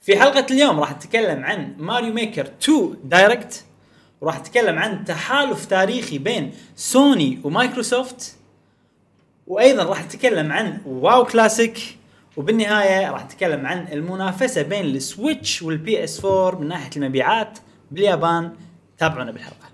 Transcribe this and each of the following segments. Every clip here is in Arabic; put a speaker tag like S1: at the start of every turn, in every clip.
S1: في حلقه اليوم راح نتكلم عن ماريو ميكر 2 دايركت وراح نتكلم عن تحالف تاريخي بين سوني ومايكروسوفت وايضا راح نتكلم عن واو كلاسيك وبالنهايه راح نتكلم عن المنافسه بين السويتش والبي اس 4 من ناحيه المبيعات باليابان تابعونا بالحلقه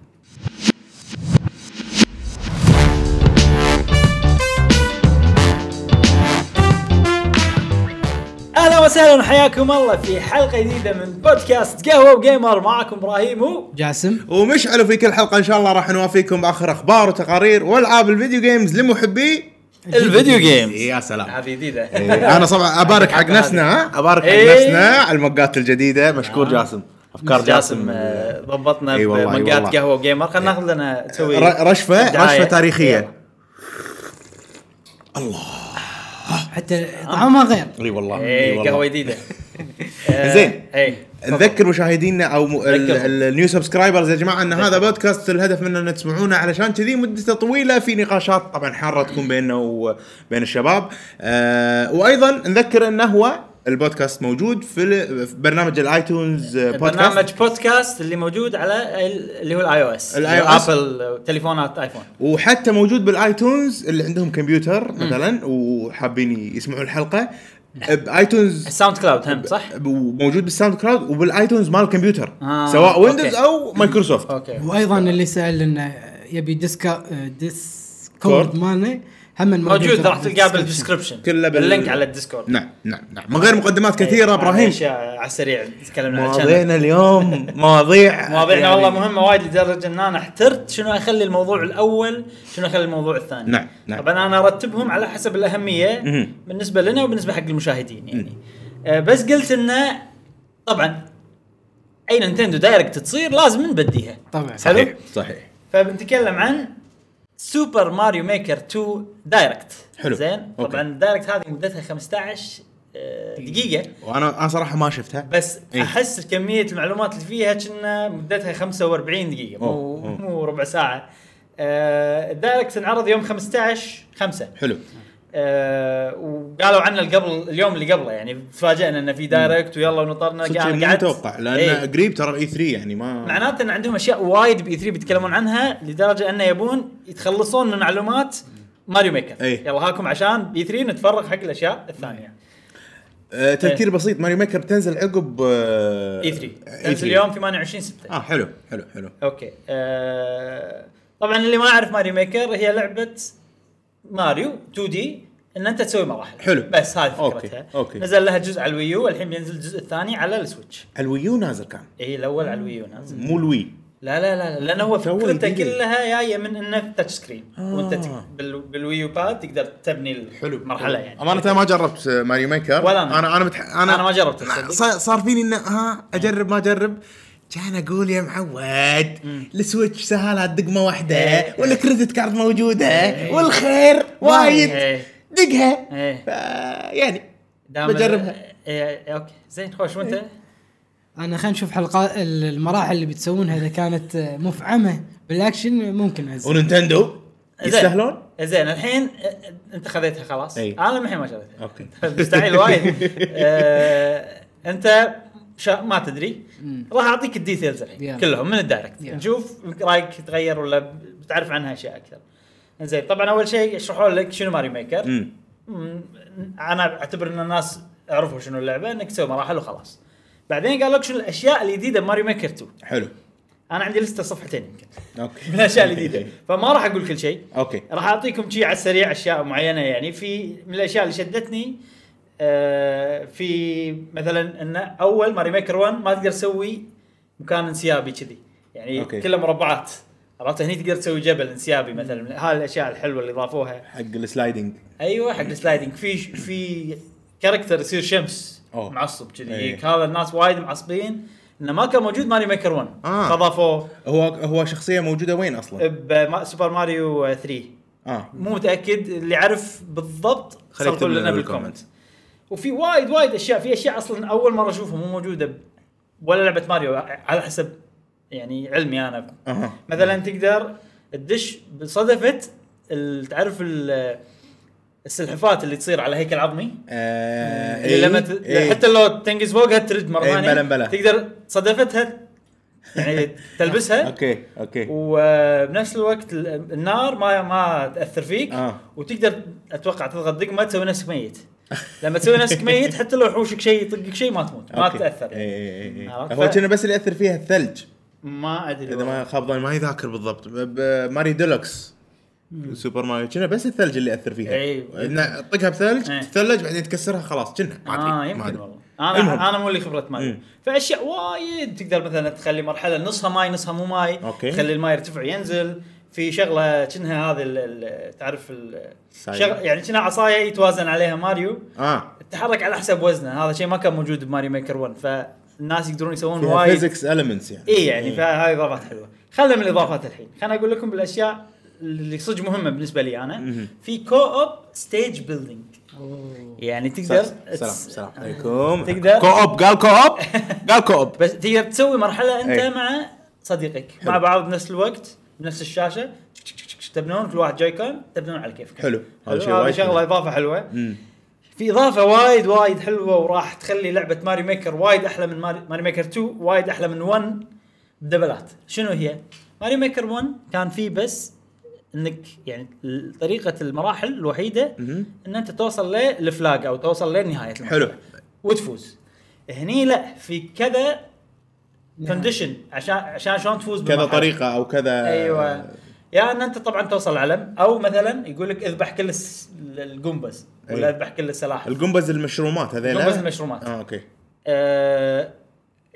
S1: اهلا وسهلا حياكم الله في حلقه جديده من بودكاست قهوه وجيمر معاكم ابراهيم و
S2: جاسم
S3: ومشعل في كل حلقه ان شاء الله راح نوافيكم باخر اخبار وتقارير والعاب الفيديو جيمز لمحبي
S1: الفيديو جيمز
S3: يا سلام
S1: هذه جديده
S3: إيه، انا طبعا ابارك حق نفسنا ها آه. ابارك
S1: إيه.
S3: حق نفسنا على المقات الجديده مشكور جاسم افكار
S1: جاسم
S3: جاسم
S1: آه، ضبطنا
S3: إي والله، إي
S1: بمقات
S3: والله.
S1: قهوه وجيمر خلينا ناخذ لنا تسوي
S3: ر- رشفه
S1: دعاية.
S3: رشفه تاريخيه
S1: آه.
S2: حتى طعمها غير
S3: اي والله إي
S1: ايه
S3: والله.
S1: قهوه جديده آه،
S3: زين.
S1: ايه
S3: نذكر مشاهدينا او م- ال-
S1: نذكرهم.
S3: ال- النيو سبسكرايبرز يا جماعه ان هذا بودكاست الهدف منه ان تسمعونه علشان كذي مدته طويله في نقاشات طبعا حاره تكون بيننا وبين الشباب آه وايضا نذكر انه هو البودكاست موجود في ال- في برنامج الايتونز آه، بودكاست
S1: برنامج بودكاست اللي موجود على ال- اللي هو الاي او اس
S3: ال iOS.
S1: ابل تليفونات ايفون
S3: وحتى موجود بالايتونز اللي عندهم كمبيوتر مثلا وحابين يسمعوا الحلقه بايتونز
S1: الساوند كلاود هم صح؟
S3: موجود بالساوند كلاود وبالايتونز مال الكمبيوتر
S1: آه،
S3: سواء
S1: أوكي.
S3: ويندوز او مايكروسوفت
S1: اوكي
S2: وايضا اللي سال انه يبي ديسكا ديسكورد
S3: كورد.
S2: مالنا هم
S1: موجود راح تلقاه بالدسكربشن
S3: كله بال-
S1: باللينك على الديسكورد
S3: نعم نعم نعم من غير مقدمات
S1: طيب،
S3: كثيره ابراهيم
S1: اشياء آه، على السريع تكلمنا عنها
S3: مواضيعنا اليوم مواضيع
S1: مواضيعنا
S3: يعني-
S1: والله مهمه وايد لدرجه ان انا احترت شنو اخلي الموضوع الاول شنو اخلي الموضوع الثاني
S3: نعم، نعم.
S1: طبعا انا ارتبهم على حسب الاهميه
S3: مهم.
S1: بالنسبه لنا وبالنسبه حق المشاهدين يعني آه بس قلت انه طبعا اي نينتندو دايركت تصير لازم نبديها
S2: طبعا
S3: صحيح صحيح
S1: فبنتكلم عن سوبر ماريو ميكر 2 دايركت
S3: حلو.
S1: زين
S3: أوكي.
S1: طبعا الدايركت هذه مدتها 15 آه، دقيقه
S3: وانا انا صراحه ما شفتها
S1: بس
S3: إيه.
S1: احس كميه المعلومات اللي فيها كنا مدتها 45 دقيقه مو
S3: أوه، أوه.
S1: مو ربع ساعه آه الدايركت انعرض يوم 15 5
S3: حلو
S1: آه وقالوا عنا اللي قبل اليوم اللي قبله يعني تفاجئنا انه في دايركت ويلا ونطرنا
S3: صدق
S1: قاعد-
S3: ما
S1: قعدت-
S3: اتوقع لان
S1: إيه.
S3: قريب ترى الاي 3 يعني ما
S1: معناته ان عندهم اشياء وايد باي 3 بيتكلمون عنها لدرجه انه يبون يتخلصون من معلومات ماريو ميكر
S3: إيه.
S1: يلا هاكم عشان بي 3 نتفرغ حق الاشياء الثانيه
S3: آه، تذكير
S1: إيه.
S3: بسيط ماري ميكر بتنزل عقب آه،
S1: اي
S3: إيه.
S1: 3 تنزل اليوم 28 6
S3: اه حلو حلو حلو
S1: اوكي آه... طبعا اللي ما يعرف ماريو ميكر هي لعبه ماريو 2 دي ان انت تسوي مراحل
S3: حلو.
S1: بس هذه
S3: أوكي،
S1: فكرتها
S3: أوكي.
S1: نزل لها جزء على الويو الحين بينزل الجزء الثاني على السويتش
S3: الويو نازل كان
S1: هي الاول على الويو نازل
S3: مو الوي
S1: لا لا لا لا، لان هو
S3: تو
S1: فكرته
S3: الجديد.
S1: كلها جايه من انه تاتش سكرين
S3: آه.
S1: وانت تك... بال... بالويو باد تقدر تبني المرحله يعني
S3: امانه ما جربت ماريو ميكر
S1: ولا أنا.
S3: انا انا, متح... أنا,
S1: أنا ما جربت الصدق.
S3: صار- صار فيني انه ها اجرب ما اجرب كان اقول يا معود السويتش سهاله دقمه واحده
S1: إيه.
S3: والكريدت كارد موجوده والخير وايد
S1: إيه.
S3: دقها
S1: إيه.
S3: فا يعني
S1: دام-
S3: بجربها.
S1: إيه، اوكي زين خوش
S3: إيه.
S1: وانت
S2: انا خلينا نشوف حلقات ال- المراحل اللي بتسوونها اذا كانت مفعمه بالاكشن ممكن أعزل.
S3: وننتندو
S1: زين.
S3: يستاهلون
S1: زين الحين أ- انت خذيتها خلاص
S3: أي.
S1: انا الحين ما شريتها
S3: أوكي.
S1: مستحيل وايد آه، انت شا ما تدري راح اعطيك الديتيلز الحين
S2: يلا.
S1: كلهم من الدايركت
S2: يلا.
S1: نشوف يمكن رايك يتغير ولا ب- بتعرف عنها اشياء اكثر زين طبعا اول شيء يشرحوا لك شنو ماري ميكر
S3: مم.
S1: مم، انا اعتبر ان الناس عرفوا شنو اللعبه انك تسوي مراحل وخلاص بعدين قال لك شنو الاشياء الجديده بماري ميكر 2
S3: حلو
S1: انا عندي لسته صفحتين يمكن
S3: اوكي
S1: من الاشياء الجديده فما راح اقول كل شيء
S3: اوكي
S1: راح اعطيكم شيء على السريع اشياء معينه يعني في من الاشياء اللي شدتني آه، في مثلا ان اول ماري ميكر 1 ما تقدر تسوي مكان انسيابي كذي يعني
S3: أوكي.
S1: كله مربعات عرفت هني تقدر تسوي جبل انسيابي مثلا هاي الاشياء الحلوه اللي ضافوها
S3: حق السلايدنج
S1: ايوه حق السلايدنج في في كاركتر يصير شمس
S3: أوه.
S1: معصب كذي
S3: إيه.
S1: هيك. هذا الناس وايد معصبين انه ما كان موجود ماري ميكر 1
S3: آه.
S1: فضافوه
S3: هو هو شخصيه موجوده وين
S1: إيه.
S3: اصلا؟
S1: بسوبر ماريو آه، 3
S3: اه
S1: مو متاكد اللي يعرف بالضبط
S3: خليه
S1: صرفوا
S3: يكتب
S1: لنا
S3: لنا
S1: بالكومنت
S3: بالكومنت.
S1: وفي وايد وايد اشياء في اشياء اصلا اول مره اشوفها مو موجوده ب- ولا لعبه ماريو على حسب يعني علمي انا
S3: اها
S1: مثلا تقدر تدش بصدفه ال- تعرف ال- السلحفات اللي تصير على هيكل عظمي
S3: آه
S1: اللي لما ت... حتى لو تنقز فوقها ترد مره
S3: إيه،
S1: ثانيه
S3: بلا- بلا.
S1: تقدر صدفتها يعني تلبسها
S3: اوكي اوكي
S1: وبنفس الوقت ال- النار ما ما تاثر فيك
S3: آه.
S1: وتقدر اتوقع تضغط دقمه تسوي نفسك ميت لما تسوي نفسك ميت حتى لو حوشك شيء يطقك شيء ما تموت ما
S3: أوكي.
S1: تاثر
S3: إيه، إيه، إيه.
S1: عرفت؟ أيوة.
S3: هو كنا بس اللي ياثر فيها الثلج
S1: ما ادري
S3: اذا
S1: والله.
S3: ما خاب ظني ما يذاكر بالضبط ب- ب- ماري ديلوكس سوبر ماريو كنا بس الثلج اللي اثر فيها
S1: إيه.
S3: إنه طقها بثلج
S1: إيه.
S3: تثلج بعدين تكسرها خلاص كنا ما أدري،
S1: اه
S3: ما
S1: يمكن
S3: أدري. إيه.
S1: والله انا انا مو اللي خبرت مالي
S3: مم.
S1: فاشياء وايد تقدر مثلا تخلي مرحله نصها ماي نصها مو ماي
S3: أوكي.
S1: تخلي الماي يرتفع ينزل في شغله كأنها هذه ال- ال- تعرف ال-
S3: صايع.
S1: شغ... يعني كأنها عصايه يتوازن عليها ماريو
S3: اه
S1: تتحرك على حسب وزنه هذا شيء ما كان موجود بماري ميكر 1 فالناس يقدرون يسوون
S3: فيها
S1: وايد
S3: فيزكس المنتس يعني
S1: اي يعني فهاي اضافات حلوه خلينا من الاضافات الحين خلينا اقول لكم بالاشياء اللي صدق مهمه بالنسبه لي انا
S3: مهم.
S1: في كو اوب ستيج بيلدينج يعني تقدر
S3: سلام
S1: تس-
S3: سلام عليكم
S1: آه. تقدر-
S3: كوب قال كوب قال كوب
S1: بس تقدر تسوي مرحله انت
S3: إيه.
S1: مع صديقك
S3: حلو.
S1: مع بعض بنفس الوقت بنفس الشاشه تبنون كل واحد جاي كون تبنون على كيفك
S3: حلو. هذا شيء
S1: هذا
S3: وايد حلو.
S1: شغله اضافه حلوه
S3: مم.
S1: في اضافه وايد وايد حلوه وراح تخلي لعبه ماري ميكر وايد احلى من ماري, ماري ميكر 2 وايد احلى من 1 بدبلات شنو هي ماري ميكر 1 كان في بس انك يعني ال- طريقه المراحل الوحيده
S3: مهم.
S1: ان انت توصل للفلاج او توصل لنهايه المرحله
S3: حلو.
S1: وتفوز هني لا في كذا كونديشن عشان عشان شلون تفوز
S3: كذا
S1: بالمرحلة.
S3: طريقه او كذا
S1: ايوه يا ان انت طبعا توصل العلم او مثلا يقول لك اذبح كل الس- القنبس ولا
S3: أي.
S1: اذبح كل السلاحف
S3: القنبز المشرومات هذيلا
S1: قنبز المشرومات.
S3: اه اوكي
S1: آه،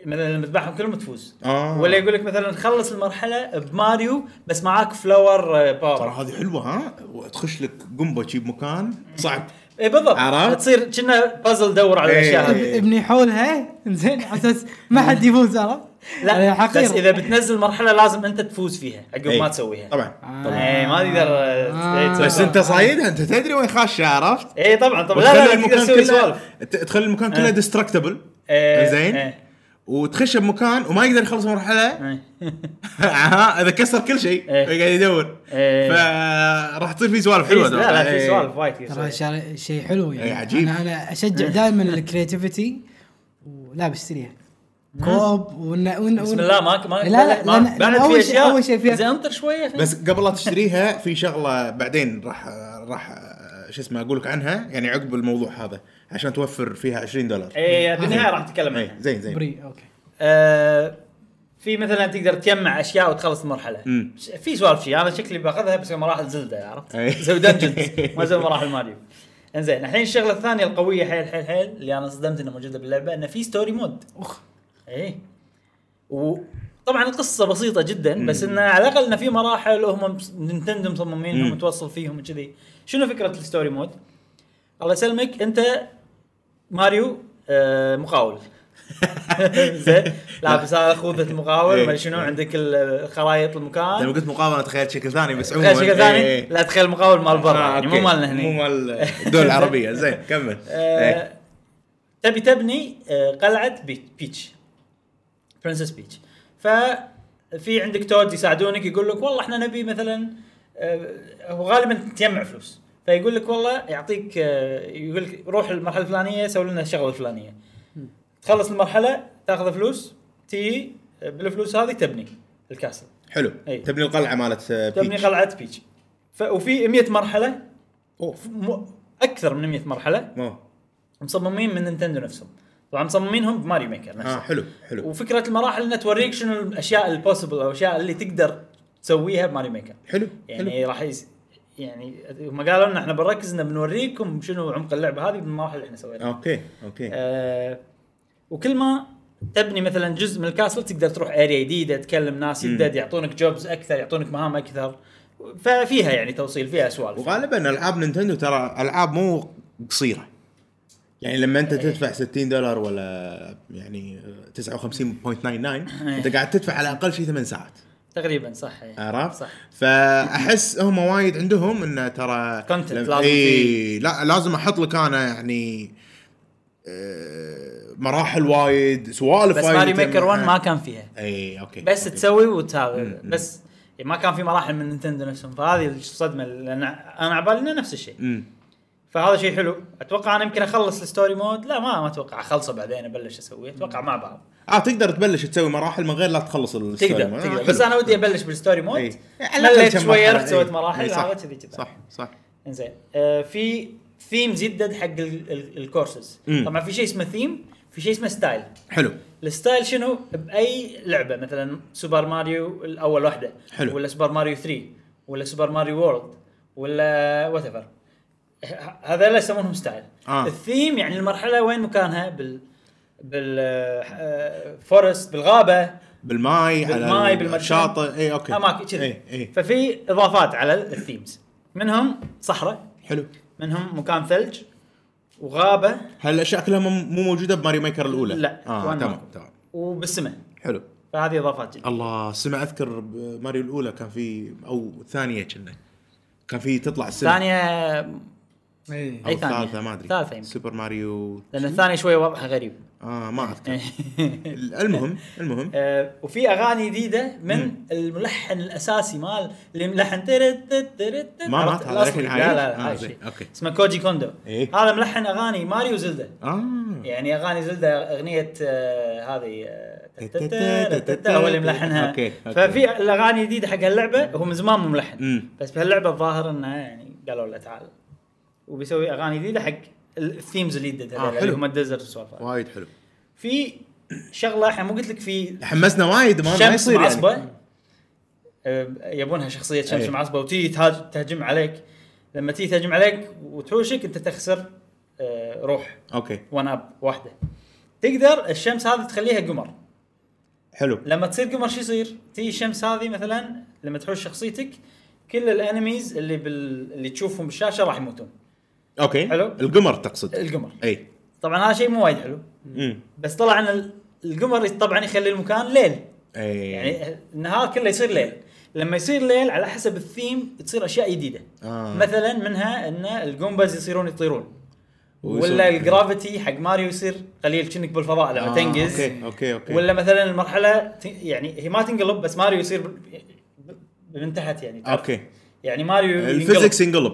S1: مثلا لما تذبحهم كلهم تفوز
S3: آه.
S1: ولا يقول لك مثلا خلص المرحله بماريو بس معاك فلاور آه،
S3: ترى
S1: باور
S3: هذه حلوه ها وتخش لك قنبه شي بمكان إيه. صعب
S1: اي إيه، بالضبط
S3: عرفت؟
S1: تصير كنا بازل دور على
S3: إيه.
S1: الاشياء هذه
S3: إيه.
S2: ابني حولها زين على اساس ما حد يفوز عرفت؟
S1: لا
S2: يعني حقير.
S1: بس اذا بتنزل مرحله لازم انت تفوز فيها عقب
S3: إيه.
S1: ما تسويها
S3: طبعا
S2: آه.
S1: اي ما تقدر
S2: آه.
S1: آه.
S3: بس انت صايدها انت تدري وين خاشه عرفت؟
S1: اي طبعا طبعا إيه، لا لا, لا تقدر تسوي سوالف
S3: تخلي المكان كله
S1: إيه.
S3: ديستركتبل
S1: إيه،
S3: زين
S1: إيه.
S3: وتخش بمكان وما يقدر يخلص مرحله
S1: إيه.
S3: ها اذا كسر كل شيء
S1: إيه.
S3: قاعد يدور
S1: إيه.
S3: فراح تصير في سوالف حلوه
S1: لا لا
S3: أتوقع.
S1: في
S3: إيه.
S1: سوالف وايد كثير
S2: ترى
S1: سوالف.
S2: شا- شيء حلو يعني
S3: إيه، عجيب.
S2: انا انا اشجع دائما الكريتيفيتي ولا بشتريها كوب ون ون
S1: بسم الله ما ما
S2: لا لا
S1: ما-
S2: لأن-
S1: بعد
S2: لأن
S1: في
S2: أول شيء-
S1: أشياء.
S2: أول شيء فيها-
S1: زين انطر شويه خلينا-
S3: بس قبل لا تشتريها في شغله بعدين راح راح شو اسمه اقول لك عنها يعني عقب الموضوع هذا عشان توفر فيها 20 دولار
S1: اي بالنهايه راح اتكلم
S3: إيه،
S1: عنها
S3: زين زين
S2: بري اوكي
S1: آه، في مثلا تقدر تجمع اشياء وتخلص المرحله
S3: مم.
S1: ش- في سوالف شي انا شكلي باخذها بس مراحل زلده عرفت
S3: أي.
S1: زي دنجنز ما زي مراحل ماريو انزين الحين الشغله الثانيه القويه حيل حيل حيل اللي انا صدمت انها موجوده باللعبه انه في إيه. ستوري مود
S2: اخ
S1: اي وطبعا القصه بسيطه جدا بس انه على الاقل انه في مراحل هم مس- نينتندو مصممين انهم
S3: مم.
S1: توصل فيهم وكذي شنو فكره الستوري مود؟ الله يسلمك انت ماريو آه، مقاول زين لابس هذا خوذه المقاول
S3: إيه.
S1: ما شنو عندك الخرائط
S3: لما
S1: المكان
S3: قلت مقاومه تخيلت شكل ثاني بس عموما
S1: تخيل شكل ثاني
S3: إيه.
S1: لا تخيل مقاول مال برا
S3: آه،
S1: يعني مو
S3: أوكي.
S1: مالنا هني
S3: مو مال الدول العربيه زين كمل إيه.
S1: آه، تبي تبني آه، قلعه بي- بيتش برنسس بيتش ففي عندك تود يساعدونك يقول لك والله احنا نبي مثلا آه، هو غالبا تجمع فلوس فيقول لك والله يعطيك آه، يقول لك روح المرحله الفلانيه سوي لنا الشغله الفلانيه تخلص المرحله تاخذ فلوس تي آه، بالفلوس هذه تبني الكاسل
S3: حلو
S1: إيه.
S3: تبني القلعه مالت آه،
S1: تبني
S3: بيتش.
S1: قلعه بيتش ف- وفي 100 مرحله
S3: أوف.
S1: م- اكثر من 100 مرحله
S3: مو
S1: مصممين من نينتندو نفسهم طبعا مصممينهم بماريو ميكر
S3: اه
S1: نفسهم
S3: حلو حلو
S1: وفكره المراحل انها توريك شنو الاشياء البوسيبل او الاشياء اللي تقدر تسويها بماريو ميكر
S3: حلو حلو
S1: يعني راح يس... يعني هم قالوا لنا احنا بنركز ان بنوريكم شنو عمق اللعبه هذه بالمراحل اللي احنا سويناها
S3: اوكي اوكي
S1: آه وكل ما تبني مثلا جزء من الكاسل تقدر تروح اريا جديده تكلم ناس جدد يعطونك جوبز اكثر يعطونك مهام اكثر ففيها يعني توصيل فيها سوالف
S3: وغالبا العاب نينتندو ترى العاب مو قصيره يعني لما
S1: إيه.
S3: انت تدفع 60 دولار ولا يعني 59.99
S1: إيه.
S3: انت قاعد تدفع على اقل شيء 8 ساعات
S1: تقريبا صح يعني.
S3: عرفت؟
S1: إيه. صح
S3: فاحس هم وايد عندهم انه ترى
S1: Content
S3: لم-
S1: لازم
S3: اي لا لازم احط لك انا يعني آه، مراحل وايد سوالف
S1: بس
S3: وايد
S1: ماري ميكر 1
S3: متجمعة.
S1: ما كان فيها
S3: اي اوكي
S1: بس
S3: أوكي.
S1: تسوي وتهذا بس إيه، ما كان في مراحل من نينتندو نفسهم فهذه الصدمه اللي انا انا عبالي انه نفس الشيء
S3: مم.
S1: فهذا شيء حلو اتوقع انا يمكن اخلص الستوري مود لا ما ما اتوقع اخلصه بعدين ابلش اسويه اتوقع مع بعض
S3: اه تقدر تبلش تسوي مراحل من غير لا تخلص الستوري
S1: تقدر
S3: مود. آه،
S1: تقدر
S3: حلو. إيه.
S1: بس انا ودي ابلش بالستوري مود
S3: إي. على الأقل
S1: مليت
S3: كم
S1: شويه
S3: مرحلة،
S1: رحت سويت
S3: إي.
S1: مراحل
S3: إي، صح.
S1: هذا كذي كذا
S3: صح صح
S1: انزين آه، في ثيمز يدد حق ال- ال- الكورسز
S3: مم.
S1: طبعا في شيء اسمه ثيم في شيء اسمه ستايل
S3: حلو
S1: الستايل شنو باي لعبه مثلا سوبر ماريو الاول واحده
S3: حلو.
S1: ولا سوبر ماريو 3 ولا سوبر ماريو وورلد ولا وات ايفر هذول يسمونهم ستايل
S3: آه.
S1: الثيم يعني المرحله وين مكانها بال آه، بالفورست بالغابه
S3: بالماي على
S1: بالماي بالمرجان
S3: الشاطئ إيه، اي اوكي
S1: اماكن كذي
S3: اي اي
S1: ففي اضافات على الثيمز منهم صحراء
S3: حلو
S1: منهم مكان ثلج وغابه
S3: هل شكلها مو- مو موجوده بماري ميكر الاولى
S1: لا،
S3: آه
S1: وأنا
S3: تمام
S1: ماكو.
S3: تمام
S1: وبالسماء
S3: حلو
S1: فهذه اضافات جديده
S3: الله سمع اذكر ماريو الاولى كان في او الثانيه كنا كان في تطلع السما
S1: الثانيه
S2: اي إيه.
S3: او
S1: أي ثانية؟
S3: الثالثه ما ادري
S1: الثالثة يمكن.
S3: سوبر ماريو
S1: لان الثانيه شويه وضعها غريب
S3: اه ما
S1: إيه.
S3: اذكر المهم المهم
S1: آه، وفي اغاني جديده من الملحن الاساسي مال اللي ملحن ترد ترد ترد
S3: ما
S1: عرفت؟
S3: مات هذا
S1: الأصلي.
S3: الحين
S1: لا
S3: عايش؟
S1: لا لا
S3: آه،
S1: عايش.
S3: زين، أوكي.
S1: اسمه كوجي كوندو
S3: إيه.
S1: هذا ملحن اغاني ماريو زلدا
S3: اه
S1: يعني اغاني زلدا اغنيه آه، هذه آه، هو اللي ملحنها
S3: أوكي، أوكي.
S1: ففي الاغاني الجديده حق هاللعبه هو من زمان مو ملحن
S3: أمم.
S1: بس بهاللعبه الظاهر انه يعني قالوا له تعال وبيسوي اغاني جديده حق الثيمز اللي يدد
S3: آه،
S1: هذول
S3: حلو.
S1: اللي هم الديزرت والسوالف هذه.
S3: وايد حلو
S1: في شغله احنا مو قلت لك في
S3: حمسنا وايد ما ما
S1: شمس
S3: يصير
S1: معصبه
S3: يعني
S1: يعني. يبونها شخصيه شمس
S3: أيه.
S1: معصبه وتي تهاج- تهجم عليك لما تي تهجم عليك وتحوشك انت تخسر آه، روح
S3: اوكي
S1: وان اب واحده تقدر الشمس هذه تخليها قمر
S3: حلو
S1: لما تصير قمر شو يصير؟ تي الشمس هذه مثلا لما تحوش شخصيتك كل الانميز اللي بال... اللي تشوفهم بالشاشه راح يموتون
S3: اوكي
S1: حلو.
S3: القمر تقصد
S1: القمر
S3: اي
S1: طبعا هذا شيء مو وايد حلو
S3: امم
S1: بس طلع ان ال- القمر طبعا يخلي المكان ليل
S3: اي
S1: يعني النهار كله يصير ليل لما يصير ليل على حسب الثيم تصير اشياء جديده
S3: آه.
S1: آه. مثلا منها ان الجومباز يصيرون يطيرون
S3: ويصير-
S1: ولا الجرافيتي حق ماريو يصير قليل كأنك بالفضاء لما
S3: آه،
S1: آه. تنقز
S3: اوكي اوكي اوكي
S1: ولا مثلا المرحله ت... يعني هي ما تنقلب بس ماريو يصير ب... ب... من تحت يعني تعرف؟
S3: اوكي
S1: يعني ماريو ينقلب.
S3: الفيزكس ينقلب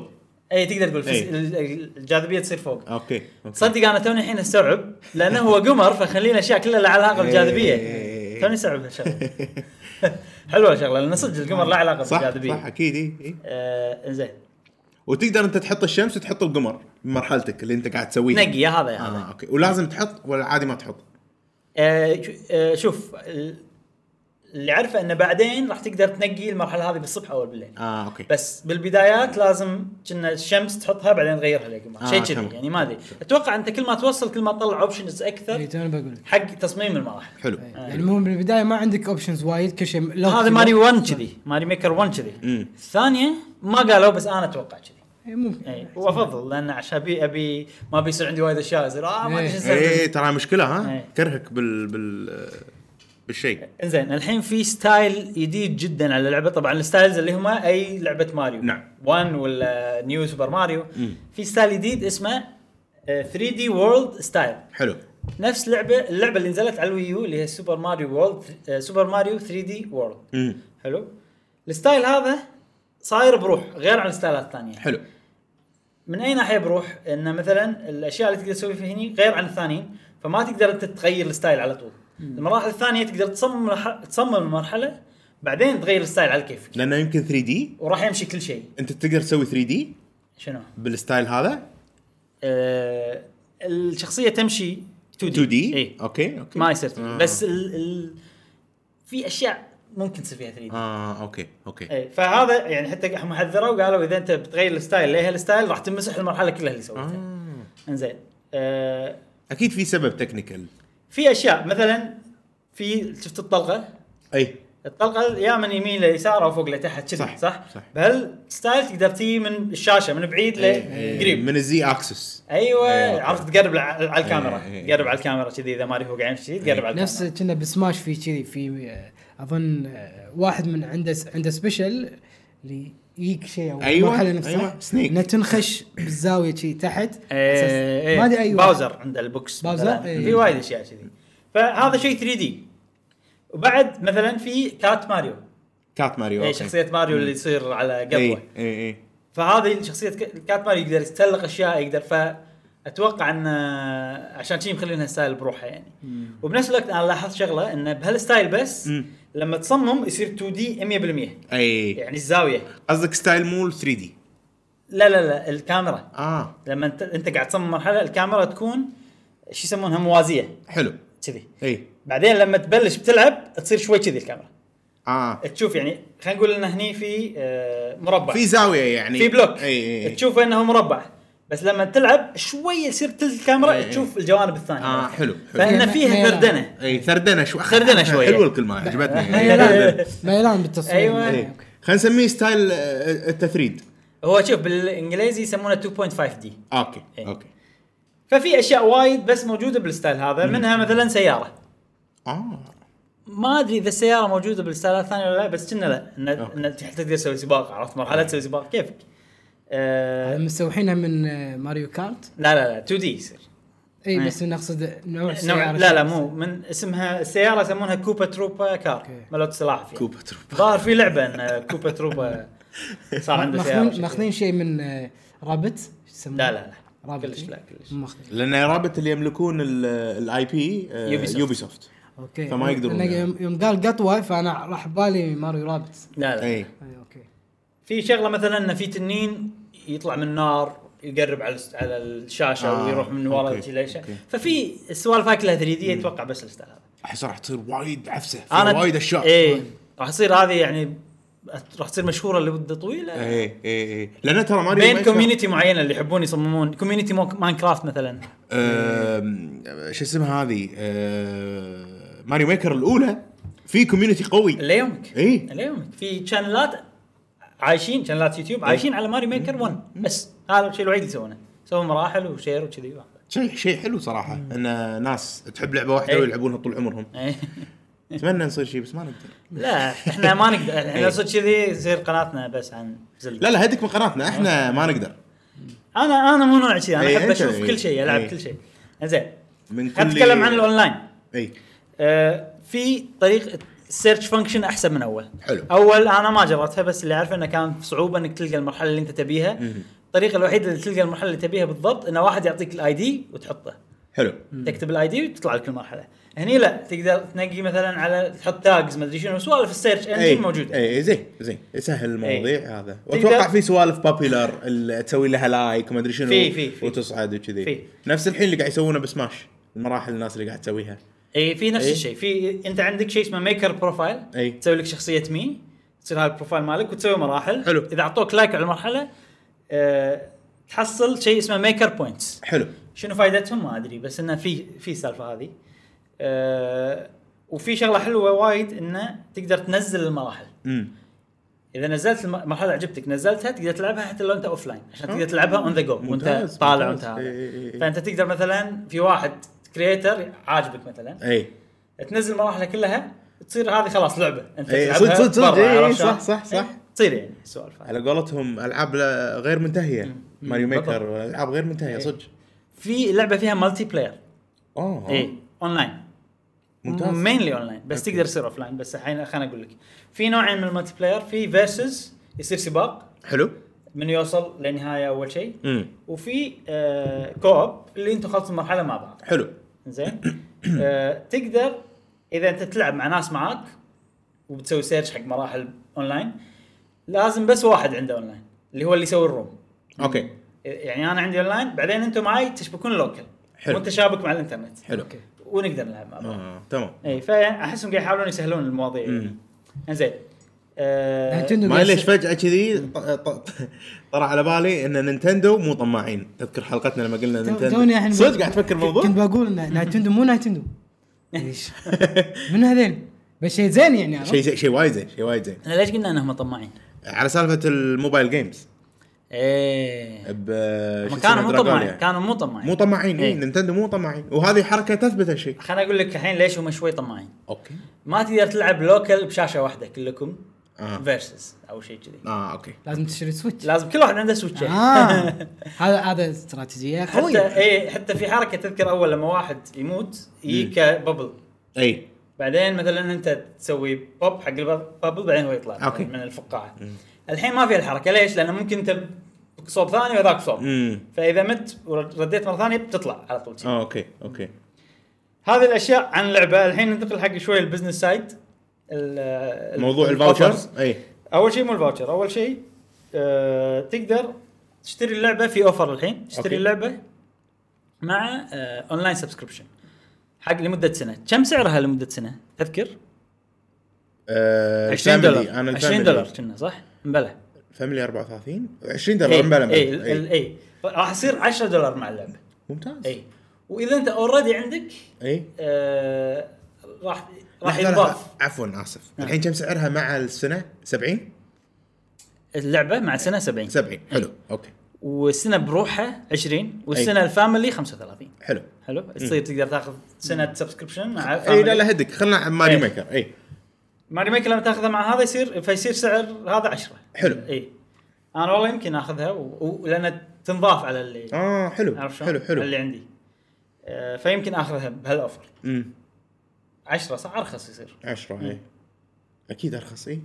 S1: اي تقدر تقول
S3: أي.
S1: الفيزيك- ال- ال- الجاذبيه تصير فوق
S3: اوكي أوكي.
S1: تصدق انا توني الحين استوعب لانه هو قمر فخلينا الاشياء كلها لها علاقه
S3: إيه.
S1: بالجاذبيه توني استوعب هالشغله حلوه الشغله لان صدق القمر له علاقه
S3: صح صح
S1: بالجاذبيه
S3: اكيد إي، اي
S1: آه، انزين
S3: وتقدر انت تحط الشمس وتحط القمر بمرحلتك اللي انت قاعد تسويها
S1: نقي يا هذا يا هذا
S3: اه اوكي ولازم تحط ولا عادي ما تحط
S1: آه، شو- آه، شوف ال- اللي عارفه انه بعدين راح تقدر تنقي المرحله هذه بالصبح او بالليل
S3: اه اوكي
S1: بس بالبدايات لازم كنا الشمس تحطها بعدين تغيرها لقمر
S3: آه،
S1: شيء
S3: تمام.
S1: كذي يعني ما ادري اتوقع انت كل ما توصل كل ما تطلع اوبشنز
S3: إيه.
S1: اكثر
S2: توني إيه، بقول لك
S1: حق تصميم المراحل
S3: حلو
S2: إي. يعني مو بالبدايه ما عندك اوبشنز وايد كل شيء لو
S1: آه. هذا ماري 1 كذي ماري ميكر 1 كذي
S3: مم.
S1: الثانيه ما قالوا بس انا اتوقع كذي إيه،
S2: إي، ممكن
S1: اي وافضل لان عشان ابي ابي ما ابي يصير عندي وايد اشياء يصير اه ما ادري شو
S3: اي
S1: اسوي
S3: إيه، ترى مشكله ها
S1: إي.
S3: كرهك بال بال بالشيء
S1: انزين الحين في ستايل جديد جدا على اللعبه طبعا الستايلز اللي هما اي لعبه ماريو
S3: نعم.
S1: 1 ولا نيو سوبر ماريو
S3: مم.
S1: في ستايل جديد اسمه 3 دي وورلد ستايل
S3: حلو
S1: نفس لعبه اللعبه اللي نزلت على الويو اللي هي سوبر ماريو وورلد آه، سوبر ماريو 3 دي وورلد
S3: امم
S1: حلو الستايل هذا صاير بروح غير عن الستايلات الثانيه
S3: حلو
S1: من اي ناحيه بروح ان مثلا الاشياء اللي تقدر تسويها هني غير عن الثانيين فما تقدر انت تغير الستايل على طول المراحل الثانيه تقدر تصمم الح- تصمم المرحله بعدين تغير الستايل على كيفك
S3: لانه يمكن 3 دي
S1: وراح يمشي كل شيء
S3: انت تقدر تسوي 3 دي
S1: شنو
S3: بالستايل هذا
S1: آه الشخصيه تمشي 2
S3: 2
S1: دي
S3: دي
S1: اي
S3: اوكي اوكي
S1: ما يصير 2D.
S3: آه.
S1: بس ال ال في اشياء ممكن تصير فيها 3 دي
S3: اه اوكي اوكي
S1: اي فهذا يعني حتى هم حذروا وقالوا اذا انت بتغير الستايل ليه هالستايل راح تمسح المرحله كلها اللي سويتها
S3: آه.
S1: انزين آه
S3: اكيد في سبب تكنيكال
S1: في اشياء مثلا في شفت الطلقه
S3: اي
S1: الطلقه يا من يمين ليسار او فوق لتحت كذي
S3: صح،
S1: صح صح,
S3: صح.
S1: بهالستايل تقدر تجي من الشاشه من بعيد
S3: إي،
S1: لقريب
S3: إيه، من الزي اكسس
S1: ايوه
S3: إي، أوكي. إيه،
S1: عرفت تقرب على على الكاميرا
S3: إي، إي، إي.
S1: تقرب على الكاميرا كذي اذا ماري هو قاعد يمشي
S3: إيه،
S1: تقرب على
S2: نفس
S1: الكاميرا
S2: كنا بسماش في كذي في آه، اظن آه، واحد من عنده عنده سبيشل اللي يجيك شيء او
S3: أيوة،
S2: المرحله نفسها
S3: أيوة، سنيك.
S2: انه تنخش بالزاويه شي تحت
S1: إيه، إي، إي.
S2: ما أيوة. ادري اي واحد.
S1: باوزر عند البوكس
S2: باوزر؟ إيه.
S1: مثلاً.
S2: إي.
S1: في وايد اشياء كذي فهذا شيء 3 دي وبعد مثلا في كات ماريو إيه،
S3: كات ماريو
S1: اي
S3: أيوة، أوكي. إيه،
S1: شخصيه ماريو اللي يصير على قطوه
S3: اي اي
S1: فهذه شخصيه ك- كات ماريو يقدر يستلق اشياء يقدر فاتوقع ان آه، عشان شي مخلينها ستايل بروحه يعني وبنفس الوقت انا لاحظت شغله انه بهالستايل بس
S3: مم. إيه.
S1: لما تصمم يصير 2 دي 100%
S3: اي
S1: يعني الزاويه
S3: قصدك ستايل مو 3 دي
S1: لا لا لا الكاميرا
S3: اه
S1: لما انت انت قاعد تصمم مرحله الكاميرا تكون شو يسمونها موازيه
S3: حلو إيه.
S1: كذي
S3: اي
S1: بعدين لما تبلش بتلعب تصير شوي كذي الكاميرا
S3: اه
S1: تشوف يعني خلينا نقول ان هني في آه، مربع
S3: في زاويه يعني
S1: في بلوك
S3: اي اي
S1: تشوف انه مربع بس لما تلعب شوي يصير تلت الكاميرا
S3: إي إي.
S1: تشوف الجوانب الثانيه
S3: آه، حلو، حلو.
S1: فان
S2: ما- ما
S1: فيها
S2: يلعب.
S1: ثردنه
S3: اي ثردنه شوي
S1: ثردنة شوية.
S3: حلوه الكلمه عجبتني
S2: ما
S3: إي،
S2: يلام ما يلام بالتصوير إيه،
S1: أيوة.
S3: إي. خلينا نسميه ستايل آه، التثريد
S1: هو شوف بالانجليزي يسمونه 2.5 دي
S3: اوكي
S1: إي.
S3: اوكي
S1: ففي اشياء وايد بس موجوده بالستايل هذا منها مثلا سياره
S3: اه
S1: ما ادري اذا السياره موجوده بالستايلات الثانيه ولا لا بس كنا لا ان
S3: أوكي.
S1: ان تحت تقدر تسوي سباق عرفت مرحله تسوي سباق كيفك آه
S2: مستوحينها من آه، ماريو كارت
S1: لا لا لا 2 دي يصير
S2: اي
S1: إيه.
S2: بس انا اقصد نوع
S1: نوع
S2: السياره
S1: لا لا مو من اسمها السياره يسمونها كوبا تروبا كار
S2: أوكي.
S1: مالت سلاحف يعني.
S3: كوبا تروبا
S1: ظاهر في لعبه ان كوبا تروبا صار عنده سياره
S2: ماخذين ماخذين شيء من آه، رابت شو يسمونه؟
S1: لا لا لا
S2: رابط.
S1: كلش لا كلش
S2: مو ماخذين
S3: لان رابط اللي يملكون الاي بي
S1: Ubisoft.
S3: يوبي سوفت
S2: اوكي
S3: فما يقدرون
S2: أنا
S3: يعني.
S2: يوم يوم قال قطوه فانا راح بالي ماريو رابت
S1: لا لا
S3: اي
S2: أي، اوكي
S1: في شغله مثلا ان في تنين يطلع من النار يقرب على الس- على الشاشه
S3: آه،
S1: ويروح من ورا
S3: أوكي،
S1: وكذا أشياء.
S3: أوكي.
S1: ففي السوالف هاي كلها 3 دي اتوقع بس الستايل هذا
S3: احس راح تصير وايد عفسه في وايد اشياء
S1: اي راح تصير هذه يعني راح تصير مشهوره لمده طويله
S3: اي اي اي لان إيه، ترى ماريو
S1: بين
S3: ميكر-
S1: كوميونتي معينه اللي يحبون يصممون كوميونتي ماينكرافت مثلا
S3: آم، شو اسمها هذه آم، ماريو ميكر الاولى في كوميونتي قوي
S1: ليومك
S3: إي.
S1: ليومك في شانلات عايشين شانلات يوتيوب عايشين على ماري ميكر 1 بس هذا الشيء الوحيد اللي يسوونه يسوون مراحل وشير وكذي
S3: شيء شيء حلو صراحه ان ناس تحب لعبه واحده
S1: إي.
S3: ويلعبونها طول عمرهم
S1: إيه.
S3: اتمنى نصير شيء بس ما نقدر
S1: لا احنا ما نقدر
S3: إي.
S1: احنا لو صدق كذي يصير قناتنا بس عن زلدة
S3: لا لا هدك من قناتنا احنا ما نقدر
S1: انا انا مو نوع كذي انا
S3: إي،
S1: احب
S3: أنت
S1: اشوف
S3: إي.
S1: كل شيء العب
S3: إي.
S1: كل شيء زين
S3: من كل
S1: خلينا نتكلم عن الاونلاين
S3: اي
S1: آه، في طريق السيرش فانكشن احسن من اول
S3: حلو.
S1: اول انا ما جربتها بس اللي اعرفه انه كان صعوبه انك تلقى المرحله اللي انت تبيها
S3: مهم.
S1: الطريقه الوحيده اللي تلقى المرحله اللي تبيها بالضبط انه واحد يعطيك الاي دي وتحطه
S3: حلو
S1: تكتب الاي دي وتطلع لك المرحله هني لا تقدر تنقي مثلا على تحط تاجز ما ادري شنو سوالف السيرش
S3: اي
S1: انجن موجوده
S3: اي إيه، زين زين يسهل المواضيع هذا
S1: إيه. تقدر-
S3: واتوقع في سوالف بابيلر اللي تسوي لها لايك وما ادري شنو
S1: في- في- في.
S3: وتصعد وكذي
S1: في.
S3: نفس الحين اللي قاعد يسوونه بسماش المراحل الناس اللي قاعد تسويها
S1: اي إيه، في نفس
S3: إي.
S1: الشيء في انت عندك شيء اسمه ميكر بروفايل
S3: إي.
S1: تسوي لك شخصيه مي تصير هذا البروفايل مالك وتسوي مراحل
S3: حلو.
S1: اذا اعطوك لايك على المرحله أه تحصل شيء اسمه ميكر بوينتس
S3: حلو
S1: شنو فائدتهم ما ادري بس انه في في سالفه هذه أه وفي شغله حلوه وايد انه تقدر تنزل المراحل
S3: امم
S1: اذا نزلت الم- المرحله عجبتك نزلتها تقدر تلعبها حتى لو انت اوف لاين عشان تقدر تلعبها اون ذا جو وانت
S3: ممتاز،
S1: طالع
S3: ممتاز.
S1: وانت هذا.
S3: إي- إي- إي.
S1: فانت تقدر مثلا في واحد كريتر عاجبك مثلا
S3: اي
S1: تنزل المراحل كلها تصير هذه خلاص لعبه انت
S3: إي،
S1: تلعبها
S3: صدق- صدق-
S1: برا،
S3: صدق، إي،
S1: عرفت
S3: صح-
S1: شلون؟
S3: صح- صح.
S1: إي، تصير يعني السوالف هذه.
S3: على قولتهم العاب لا- غير منتهيه ماريو
S1: بالضبط. إيه.
S3: ميكر العاب غير منتهيه صدق
S1: في لعبه فيها مالتي بلاير
S3: اه
S1: اي اونلاين
S3: ممتاز.
S1: مينلي اونلاين بس
S3: أوكي.
S1: تقدر تصير اوف لاين بس الحين خليني اقول لك في نوعين من المالتي بلاير في فيرسز يصير سباق
S3: حلو
S1: من يوصل لنهايه اول شيء
S3: امم
S1: وفي آه كوب اللي انتم خلصتوا المرحله مع بعض
S3: حلو
S1: زين آه تقدر اذا انت تلعب مع ناس معاك وبتسوي سيرش حق مراحل اونلاين لازم بس واحد عنده اونلاين اللي هو اللي يسوي الروم
S3: اوكي
S1: يعني انا عندي اونلاين بعدين انتم معي تشبكون لوكل
S3: حلو.
S1: وانت شابك مع الانترنت
S3: حلو
S2: اوكي
S1: ونقدر نلعب مع بعض
S3: اه تمام
S1: اي فاحسهم إيه، قاعد يحاولون يسهلون المواضيع
S3: مم.
S1: انزين آه
S2: نتندو
S3: ما ليش
S2: قاعد-
S3: فجاه كذي ط- ط- طلع على بالي ان نينتندو مو طماعين تذكر حلقتنا لما قلنا
S2: تو- توني
S3: نينتندو
S2: الحين
S3: صدق قاعد تفكر الموضوع
S2: كنت بقول إن نايتندو مو نايتندو ليش من هذين بس شيء زين يعني عرفت؟
S3: شيء زين- شيء وايد زين شيء وايد زين
S1: احنا ليش قلنا انهم طماعين؟
S3: على سالفه الموبايل جيمز
S1: ايه
S3: ب شو
S1: هم
S3: اسمه، يعني.
S1: كانوا مو طماعين
S3: دراغونيا.
S1: كانوا مو طماعين
S3: مو طماعين اي
S1: إيه.
S3: نينتندو مو طماعين وهذه حركه تثبت هالشيء
S1: خليني اقول لك الحين ليش هم شوي طماعين
S3: اوكي
S1: ما تقدر تلعب لوكل بشاشه واحده كلكم
S3: آه.
S1: فيرسز او شيء كذي
S3: اه اوكي
S2: لازم تشتري سويتش
S1: لازم كل واحد عنده سويتش
S3: آه.
S2: اه هذا هذا استراتيجيه
S1: حتى
S2: قويه
S1: اي حتى في حركه تذكر اول لما واحد يموت يجيك ببل
S3: اي
S1: بعدين مثلا انت تسوي بوب حق الببل بعدين هو يطلع
S3: أوكي.
S1: من الفقاعه الحين ما في الحركه ليش؟ لان ممكن انت صوب ثاني وذاك صوب
S3: امم
S1: فاذا مت ورديت مره ثانيه بتطلع على طول شي.
S3: اه اوكي اوكي
S1: هذه الاشياء عن اللعبه الحين ننتقل حق شوي البزنس سايد ال- ال-
S3: موضوع
S1: offers.
S3: الفاوتشرز إيه. اي
S1: اول شيء مو الفاوتشر اول شيء آه تقدر تشتري اللعبه في اوفر الحين
S3: أوكي.
S1: تشتري اللعبه مع آه اونلاين سبسكريبشن حق لمده سنه كم سعرها لمده سنه تذكر
S3: آه،
S1: 20 دولار 20 دولار كنا صح إيه، مبلى
S3: فاميلي 34 20 دولار إيه. مبلا
S1: اي
S3: مبلا.
S1: اي
S3: اي
S1: اي إيه. راح يصير 10 دولار مع إيه. اللعبه
S3: ممتاز إيه.
S1: اي واذا انت اوريدي عندك
S3: اي
S1: آه راح راح
S3: لحظة،
S1: ينضاف
S3: لحظة. عفوا اسف
S1: نعم.
S3: الحين كم سعرها مع السنه 70
S1: اللعبه مع سنه 70
S3: 70 حلو اوكي
S1: والسنه بروحها 20
S3: إيه.
S1: والسنه الفاميلي 35
S3: حلو
S1: حلو تصير تقدر تاخذ سنه سبسكريبشن مع
S3: اي إيه، لا
S1: family.
S3: لا هدك خلنا عن ماري
S1: إيه.
S3: ميكر اي
S1: ماري ميكر لما تاخذها مع هذا يصير فيصير سعر هذا 10
S3: حلو.
S1: اي انا والله يمكن اخذها و... و... لان تنضاف على اللي
S3: اه حلو
S1: عارف شلون؟
S3: حلو حلو
S1: اللي عندي آه، فيمكن اخذها بهالاوفر
S3: امم
S1: 10 صح ارخص يصير
S3: 10 اي اكيد ارخص اي إيه.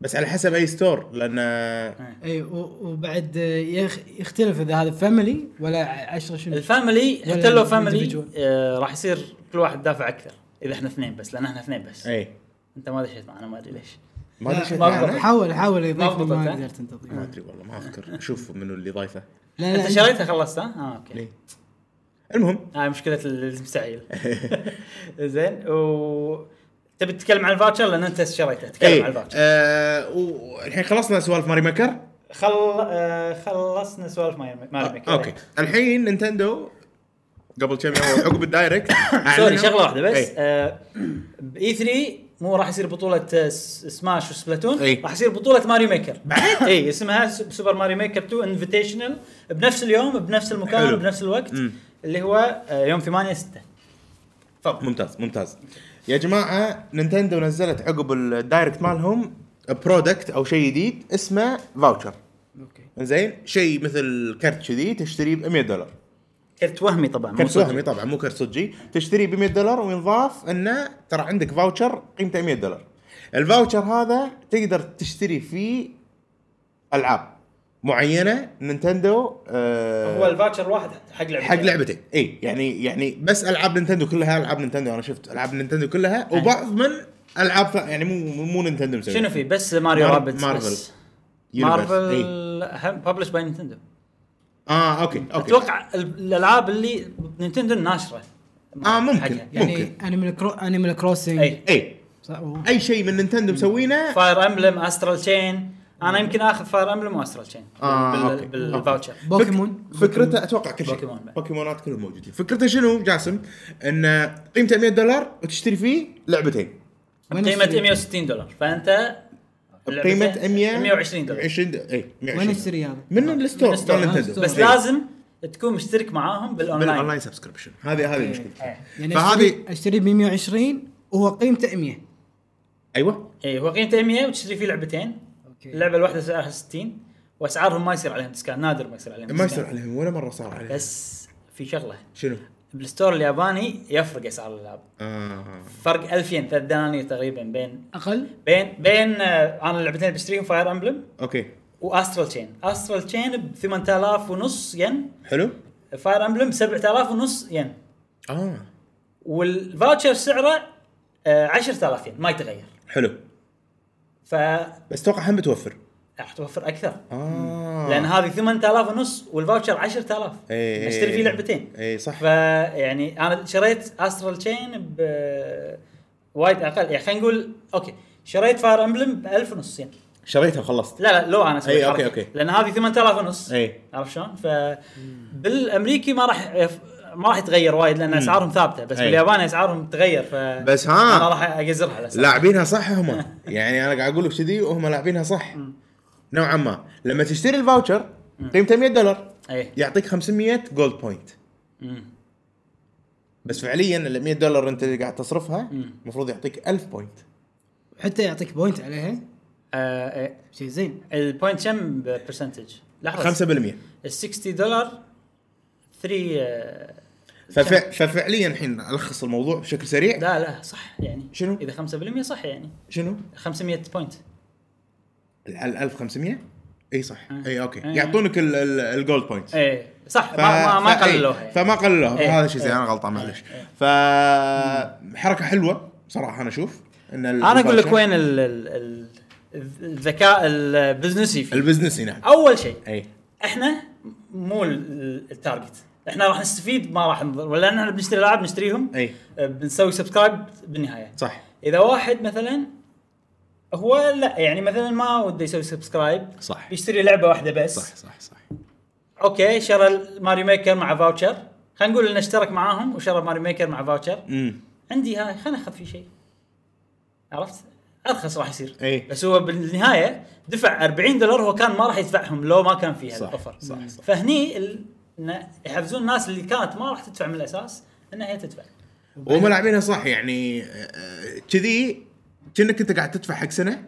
S3: بس على حسب اي ستور لان
S1: نعم.
S3: إيه.
S2: اي و- وبعد آه، يخ- يختلف اذا هذا فاميلي ولا ع- 10 شنو
S1: الفاميلي
S2: ولا
S1: حتى لو فاميلي
S2: individual.
S1: آه راح يصير كل واحد دافع اكثر اذا احنا اثنين بس لان احنا اثنين بس
S3: اي
S1: انت ما دشيت معنا ما ادري ليش
S3: إيه. ما ادري
S2: لا،
S3: شو
S1: ما أقدر.
S3: معنا.
S2: آه، يعني حاول حاول يضيفني
S1: ضبطت،
S2: ما
S1: ها؟
S2: قدرت انت
S3: ما
S2: تضيفني.
S3: ادري والله ما اذكر شوف منو اللي ضايفه
S2: لا
S1: انت
S2: لا
S1: شريتها خلصتها؟ اه اوكي
S3: ليه المهم
S1: هاي مشكلة المستعيل زين و تبي تتكلم عن الفاتشر لان انت شريته تكلم
S3: اي
S2: إيه.
S1: عن الفاتشر
S3: إيه. آه، والحين خلصنا سوالف ماري ميكر
S1: خل آه، خلصنا سوالف ماي
S2: آه،
S1: ماري ميكر
S3: اوكي آه، الحين نينتندو قبل كم يوم عقب الدايركت أعلنوا- إيه.
S1: سوري شغله واحده بس
S3: إي.
S1: باي 3 مو راح يصير بطولة آه، س- سماش وسبلاتون
S3: إي.
S1: راح يصير بطولة ماري ميكر اي اسمها س- سوبر ماري ميكر 2 انفيتيشنال بنفس اليوم بنفس المكان
S3: حلو.
S1: بنفس الوقت
S3: مم.
S1: اللي هو آه، يوم 8 6 تفضل
S3: ممتاز ممتاز يا جماعه نينتندو نزلت عقب الدايركت مالهم برودكت او شيء جديد اسمه فاوتشر
S2: اوكي
S3: زين شيء مثل كرت كذي تشتريه ب 100 دولار
S1: كرت وهمي طبعا مو
S3: كرت
S1: صدق.
S3: وهمي طبعا مو كرت صجي تشتريه ب 100 دولار وينضاف انه ترى عندك فاوتشر قيمته 100 دولار الفاوتشر هذا تقدر تشتري فيه العاب معينه نينتندو آه
S1: هو الفاتشر واحد حق لعبة
S3: حق لعبتين اي يعني يعني بس العاب نينتندو كلها العاب نينتندو انا شفت العاب نينتندو كلها وبعض من العاب ثا- يعني مو مو نينتندو مسوي
S1: يعني شنو في بس ماريو
S3: مار-
S1: رابتس
S3: مارفل.
S1: بس.
S3: يونيفرس. إي.
S1: مارفل هم ببلش باي نينتندو
S3: اه اوكي اوكي
S1: اتوقع ال- الالعاب اللي نينتندو ناشره
S3: اه ممكن
S1: حقها.
S3: ممكن
S2: يعني انيمال كرو انيمال كروسنج
S1: اي
S3: اي
S2: صح، و-
S3: اي شيء من نينتندو مسوينه
S1: فاير امبلم استرال تشين انا يمكن اخذ فاير امبلم واسترال تشين
S3: آه،
S1: بال-
S3: أوكي.
S1: بالفاوتشر
S2: بوكيمون
S3: فك- فكرته اتوقع كل شيء
S1: بوكيمون بعد.
S3: بوكيمونات كلهم موجودين فكرته شنو جاسم ان قيمته 100 دولار وتشتري فيه لعبتين
S2: وين
S1: بقيمه
S2: أشتري؟
S1: 160 دولار فانت
S3: بقيمه
S1: لعبتين
S3: 100
S1: 120 دولار
S3: 20 د- اي 120
S2: وين اشتري هذا؟
S3: من الستور
S1: الستور،
S3: مال
S1: من
S3: نينتندو
S2: الستور.
S1: بس
S3: إي.
S1: لازم تكون مشترك معاهم بالاونلاين
S3: بالاونلاين سبسكربشن هذه هذه
S1: إيه،
S2: أوكي.
S3: مشكلتها
S2: يعني
S3: فهذه
S2: فهذه اشتري ب 120 وهو قيمته 100
S3: ايوه
S1: اي هو قيمته 100 وتشتري فيه لعبتين
S2: اوكي
S1: اللعبه الواحده سعرها 60 واسعارهم ما يصير عليهم ديسكاونت نادر ما يصير عليهم
S3: ما
S1: discount.
S3: يصير عليهم ولا مره صار عليهم
S1: يعني بس في شغله
S3: شنو؟
S1: بالستور الياباني يفرق اسعار الالعاب
S3: آه.
S1: فرق 2000 3 دنانير تقريبا بين
S2: اقل
S1: بين بين آه، انا اللعبتين اللي بشتريهم فاير امبلم
S3: اوكي
S1: واسترال تشين استرال تشين ب 8000 ونص ين
S3: حلو
S1: فاير امبلم 7000 ونص ين
S3: اه
S1: والفاوتشر سعره آه، 10000 ين ما يتغير
S3: حلو
S1: ف
S3: بس توقع هم بتوفر
S1: راح توفر اكثر
S3: اه
S1: لان هذه 8000 ونص والفاوتشر 10000
S3: إيه.
S1: اشتري فيه لعبتين
S3: اي صح
S1: فيعني انا شريت استرال تشين ب وايد اقل يعني خلينا نقول اوكي شريت فاير امبلم ب 1000 ونص يعني
S3: شريتها وخلصت
S1: لا لا لو انا اسوي
S3: أي،
S1: الحركة.
S3: إيه، أوكي، إيه. أوكي.
S1: لان هذه 8000 ونص
S3: اي
S1: عرفت شلون؟ ف بالامريكي ما راح يف... ما راح يتغير وايد لان اسعارهم ثابته بس
S3: أي.
S1: باليابان اسعارهم تتغير ف
S3: بس ها.
S1: انا راح اقزرها على الأسعار.
S3: لاعبينها صح هم يعني انا قاعد اقول لك كذي وهم لاعبينها صح نوعا ما لما تشتري الفاوتشر قيمته 100 دولار
S1: اي
S3: يعطيك 500 جولد بوينت
S1: مم.
S3: بس فعليا ال 100 دولار انت اللي قاعد تصرفها
S1: مم.
S3: المفروض يعطيك 1000 بوينت
S2: حتى يعطيك بوينت عليها
S1: آه، إيه.
S2: شيء زين
S1: البوينت كم برسنتج؟ لحظه
S3: 5%
S1: ال 60 دولار 3 آه،
S3: فف... ففعليا الحين الخص الموضوع بشكل سريع
S1: لا لا صح يعني
S3: شنو؟
S1: اذا 5% صح يعني
S3: شنو؟
S1: 500 بوينت
S3: ال 1500 اي صح
S1: مم.
S3: اي اوكي
S1: مم.
S3: يعطونك ال- ال- الجولد بوينت
S1: ايه صح ما ما, ما
S3: ف- إيه،
S1: قللوها يعني.
S3: فما قللوها
S1: إيه،
S3: هذا شيء زين
S1: إيه.
S3: انا غلطان معلش ف حركه حلوه صراحه انا اشوف ان ال-
S1: انا اقول لك
S3: الفاشن-
S1: وين ال- ال- ال- الذكاء البزنسي فيه
S3: البزنسي نعم
S1: اول شيء
S3: اي
S1: احنا مو ال- التارجت احنا راح نستفيد ما راح نضر ولا احنا بنشتري لاعب نشتريهم
S3: اي
S1: أه، بنسوي سبسكرايب بالنهايه
S3: إيه. صح
S1: اذا واحد مثلا هو لا يعني مثلا ما وده يسوي سبسكرايب
S3: صح.
S1: بيشتري لعبه واحده بس
S3: صح صح صح
S1: اوكي شرى ماريو ميكر مع فاوتشر خلينا نقول انه اشترك معاهم وشرى ماريو ميكر مع فاوتشر
S3: امم
S1: عندي هاي خلينا اخذ فيه شيء عرفت ارخص راح يصير
S3: إيه.
S1: بس هو بالنهايه دفع 40 دولار هو كان ما راح يدفعهم لو ما كان فيها
S3: صح،
S1: الاوفر
S3: صح، صح.
S1: فهني ال... إن يحفزون الناس اللي كانت ما راح تدفع من الاساس انها هي تدفع
S3: وهم لاعبينها صح يعني آه، كذي كأنك انت قاعد تدفع حق سنه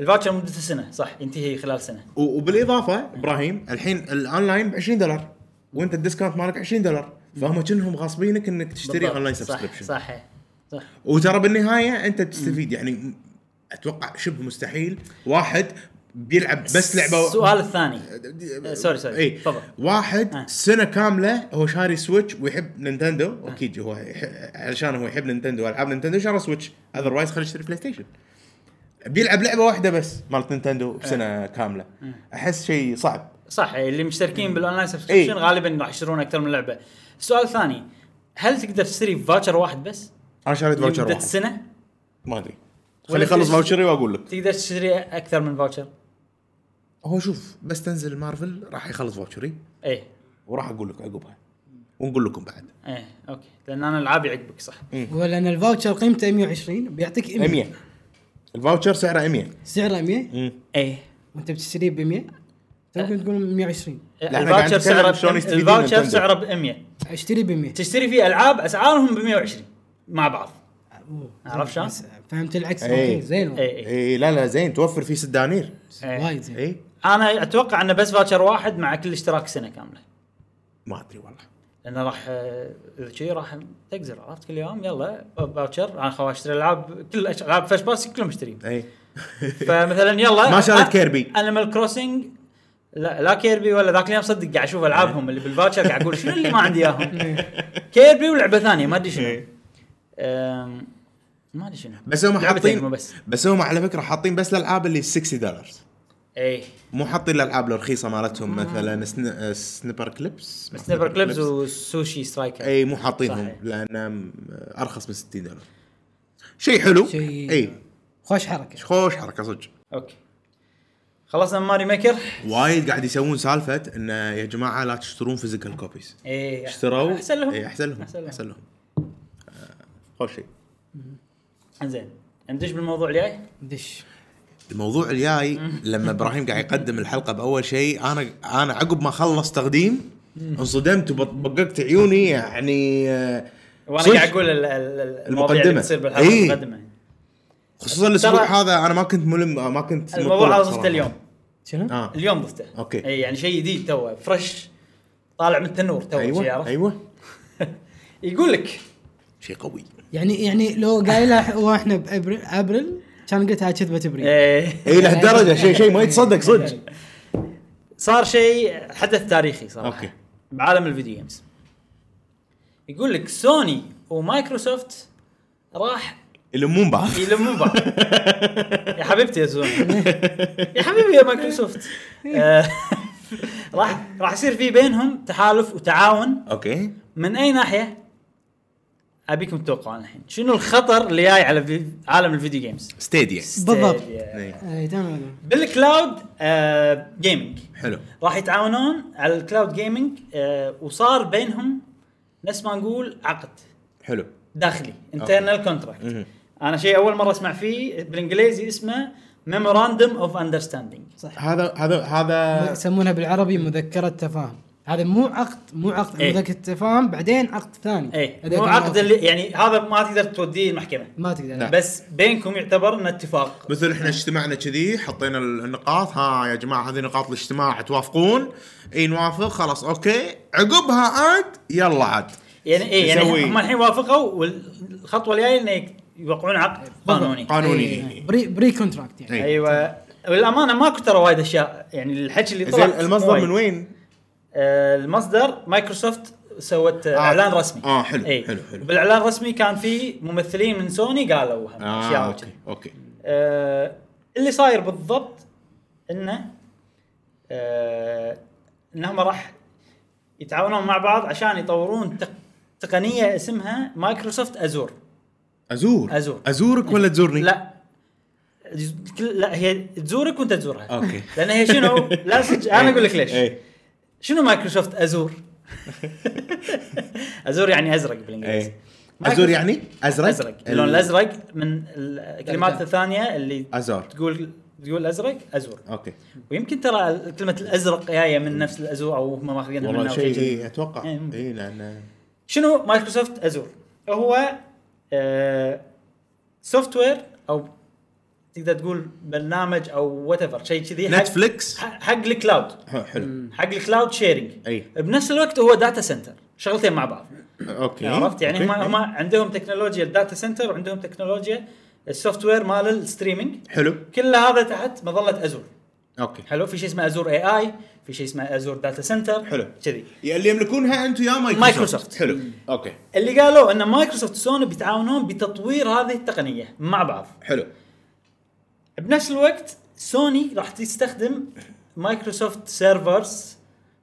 S1: الفاوتشر مدته سنه صح ينتهي خلال سنه
S3: و- وبالاضافه ابراهيم الحين الاونلاين ب 20 دولار وانت الديسكاونت مالك 20 دولار فهم كأنهم غاصبينك انك تشتري
S1: بالضبط.
S3: اونلاين
S1: صح
S3: سبسكريبشن
S1: صح صح
S3: وترى بالنهايه انت تستفيد يعني م- اتوقع شبه مستحيل واحد بيلعب بس لعبه
S1: السؤال الثاني أه،
S3: آه،
S1: سوري، سوري.
S3: اي
S1: تفضل.
S3: واحد
S1: آه.
S3: سنه كامله هو شاري سويتش ويحب نينتندو اكيد هو يح- علشان هو يحب نينتندو والعاب نينتندو شرى سويتش اذروايز خليه يشتري بلاي ستيشن بيلعب لعبه واحده بس مالت نينتندو بسنه كامله احس شيء صعب
S1: صح اللي مشتركين بالاونلاين سبسكريبشن
S3: إيه.
S1: غالبا راح يشترون اكثر من لعبه السؤال الثاني هل تقدر تشتري فاوتشر واحد بس
S3: انا شريت فاوتشر
S1: لمدة
S3: واحد
S1: سنه
S3: ما ادري
S1: ولا
S3: خلي يخلص
S1: تشتري-
S3: فاوتشري واقول لك
S1: تقدر تشتري اكثر من فاوتشر
S3: هو شوف بس تنزل مارفل راح يخلص فاوتشري
S1: ايه
S3: وراح اقول لك عقبها ونقول لكم بعد
S1: ايه اوكي لان انا العابي عقبك صح
S3: إيه.
S2: ولان الفاوتشر قيمته 120 بيعطيك 100
S3: 100 الفاوتشر سعره 100
S2: سعره 100
S1: ايه
S2: وانت بتشتريه ب 100 توك تقول 120
S3: لا، إحنا قاعد
S1: الفاوتشر
S3: نتكلم
S1: سعره
S3: شلون
S1: ب-
S3: يستفيدون
S1: الفاوتشر
S3: نينتندو.
S1: سعره ب 100
S2: اشتري ب 100
S1: تشتري فيه العاب اسعارهم ب 120 مع بعض عرفت شلون؟
S2: فهمت العكس
S3: إيه.
S2: اوكي زين والله.
S1: ايه ايه
S3: اي إيه، لا لا زين توفر فيه ست دنانير
S1: إيه.
S2: وايد زين
S3: اي
S1: انا اتوقع انه بس فاوتشر واحد مع كل اشتراك سنه كامله
S3: ما ادري والله
S1: لانه راح آه، اذا شي راح تقزر عرفت كل يوم يلا فاوتشر انا خلاص اشتري العاب كل أش- العاب فاش باس كلهم اشتريهم
S3: اي
S1: فمثلا يلا
S3: ما شريت كيربي.
S1: انيمال كروسنج لا لا كيربي ولا ذاك اليوم صدق قاعد اشوف
S3: إيه.
S1: العابهم اللي بالفاتشر قاعد اقول شنو اللي ما عندي اياهم كيربي ولعبه ثانيه ما ادري شنو
S3: إيه.
S1: أم، ما ادري شنو
S3: بس هم
S1: لعبتين مو
S3: حاطين
S1: بس
S3: بس هم على فكره حاطين بس الالعاب اللي 60 دولار
S1: اي
S3: مو حاطين الالعاب الرخيصه مالتهم مثلا سن... آه، سنيبر كليبس ما
S1: سنيبر كليبس وسوشي سترايكر
S3: اي إيه، مو حاطينهم
S1: صحيح.
S3: لان ارخص من 60 دولار شيء حلو
S2: شيء-
S3: اي
S2: خوش حركه
S3: خوش حركه صدق
S1: اوكي خلصنا من ماري ميكر
S3: وايد قاعد يسوون سالفه ان يا جماعه لا تشترون فيزيكال كوبيز
S1: اي
S3: اشتروا إيه،
S1: احسن لهم
S3: اي احسن لهم
S1: إيه، أحسن لهم.
S3: احسن لهم آه، خوش شيء
S1: زين ندش بالموضوع الجاي
S2: دش
S3: الموضوع الجاي لما ابراهيم قاعد يقدم الحلقه باول شيء انا انا عقب ما خلص تقديم انصدمت وبققت عيوني يعني آه،
S1: وانا
S3: صدق.
S1: قاعد اقول ال- ال- ال- المواضيع اللي
S3: المقدمة.
S1: بتصير بالحلقه
S3: إيه.
S1: المقدمه
S3: خصوصا الاسبوع
S1: ترى-
S3: هذا انا ما كنت ملم آه، ما كنت
S1: الموضوع
S3: مطلع
S1: هذا
S3: صراحة.
S1: ضفته اليوم
S2: شنو؟
S3: اه
S1: اليوم ضفته
S3: أوكي.
S1: اي يعني شيء جديد توه فريش طالع من التنور توه شي
S3: ايوه
S1: عرفت
S3: ايوه
S1: يقول لك
S3: شيء قوي
S2: يعني يعني لو قايلها واحنا بابريل ابريل كان قلت هاي كذبه ابريل
S1: إيه،
S3: اي لهالدرجه شيء شيء ما يتصدق أيوة. صدق
S1: صار شيء حدث تاريخي صراحه
S3: أوكي.
S1: بعالم الفيديو جيمز يقول لك سوني ومايكروسوفت راح
S3: يلمون بعض
S1: يلمون بعض يا حبيبتي يا سوني يا حبيبي يا مايكروسوفت آه، راح راح يصير في بينهم تحالف وتعاون
S3: اوكي
S1: من اي ناحيه ابيكم تتوقعون الحين شنو الخطر اللي جاي على في عالم الفيديو جيمز
S3: ستيديا إيه.
S2: بالضبط.
S1: Stadia.
S3: إي.
S2: اي إيه، تمام
S1: بالكلاود آه جيمنج
S3: حلو
S1: راح يتعاونون على الكلاود جيمنج آه وصار بينهم نفس ما نقول عقد
S3: حلو
S1: داخلي انترنال كونتراكت
S3: مهم.
S1: انا شيء اول مره اسمع فيه بالانجليزي اسمه ميموراندوم اوف اندرستاندينج
S3: هذا هذا هذا
S2: يسمونها بالعربي مذكره تفاهم هذا مو عقد مو عقد
S1: إيه.
S2: مذكره تفاهم بعدين عقد ثاني
S1: اي
S2: إذا
S1: إيه، مو
S2: كان
S1: عقد
S2: أوكي.
S1: اللي يعني هذا ما تقدر توديه المحكمه
S2: ما تقدر
S3: نعم.
S1: بس بينكم يعتبر انه اتفاق
S3: مثل احنا اجتمعنا كذي حطينا النقاط ها يا جماعه هذه نقاط الاجتماع توافقون اي نوافق خلاص اوكي عقبها عاد يلا عاد
S1: يعني ايه يعني
S3: يسوي-
S1: هم الحين وافقوا والخطوه الجايه انه يك- يوقعون عقد
S2: بالضبط.
S1: قانوني
S3: قانوني.
S2: إيه، بري بري كونتراكت يعني
S3: إيه.
S1: ايوه والامانه ماكو ترى وايد اشياء يعني الحكي اللي طلع
S3: زين طيب. المصدر
S1: وايد.
S3: من وين؟
S1: آه، المصدر مايكروسوفت سوت آه،
S3: آه.
S1: اعلان رسمي
S3: آه، حلو،
S1: إي.
S3: حلو، حلو.
S1: بالاعلان الرسمي كان في ممثلين من سوني قالوا هم
S3: اه
S1: أشياء
S3: اوكي
S1: وكذي.
S3: اوكي
S1: آه، اللي صاير بالضبط انه آه، انهم راح يتعاونون مع بعض عشان يطورون تق- تقنيه اسمها مايكروسوفت ازور
S3: ازور
S1: أزور.
S3: ازورك ولا تزورني؟
S1: لا كل- لا هي تزورك وانت تزورها
S3: أوكي.
S1: لان هي شنو لا صدق، انا اقول لك ليش
S3: إيه.
S1: شنو مايكروسوفت ازور؟ ازور يعني ازرق بالانجليزي
S3: إيه. ازور يعني ازرق؟
S1: ازرق اللون الازرق من الكلمات الثانيه اللي
S3: أزار.
S1: تقول تقول ازرق ازور
S3: اوكي
S1: ويمكن ترى كلمه الازرق جايه من نفس الازور او هم ماخذينها منها
S3: والله
S1: أو شيء
S3: شيء
S1: كذي.
S3: إيه، اتوقع
S1: إيه.
S3: اي لان
S1: شنو مايكروسوفت ازور؟ هو سوفت وير او تقدر تقول برنامج او وات ايفر شيء كذي حق-
S3: نتفليكس
S1: حق حق الكلاود
S3: ح- حلو
S1: حق الكلاود شيرنج
S3: أي.
S1: بنفس الوقت هو داتا سنتر شغلتين مع بعض
S3: اوكي
S1: عرفت يعني
S3: أوكي.
S1: هم هم عندهم تكنولوجيا الداتا سنتر وعندهم تكنولوجيا السوفت وير مال الستريمينج
S3: حلو
S1: كل هذا تحت مظله ازور
S3: اوكي
S1: حلو في شيء اسمه ازور اي اي في شيء اسمه ازور داتا سنتر
S3: حلو.
S1: كذي
S3: يا اللي يملكونها انتم يا مايكروسوفت
S1: مايكروسوفت.
S3: حلو اوكي
S1: اللي قالوا ان مايكروسوفت وسوني بيتعاونون بتطوير هذه التقنيه مع بعض
S3: حلو
S1: بنفس الوقت سوني راح تستخدم مايكروسوفت سيرفرز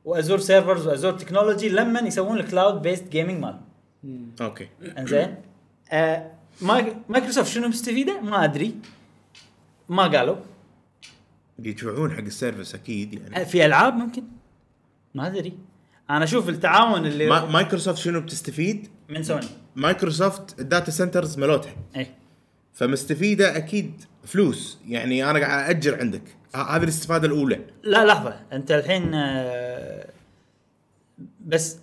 S1: وازور سيرفرز وازور تكنولوجي لما يسوون الكلاود بيست جيمنج مال
S3: اوكي
S1: انزين آه مايك- مايكروسوفت شنو مستفيده؟ ما ادري ما قالوا
S3: بيدفعون حق السيرفس اكيد
S1: آه،
S3: يعني
S1: في العاب ممكن ما ادري انا اشوف التعاون اللي
S3: ما مايكروسوفت شنو بتستفيد؟
S1: من سوني إيه.
S3: مايكروسوفت الداتا سنترز ملوتها
S1: اي
S3: فمستفيده اكيد فلوس يعني انا قاعد اجر عندك ه- هذه الاستفاده الاولى
S1: لا لحظه انت الحين آه، بس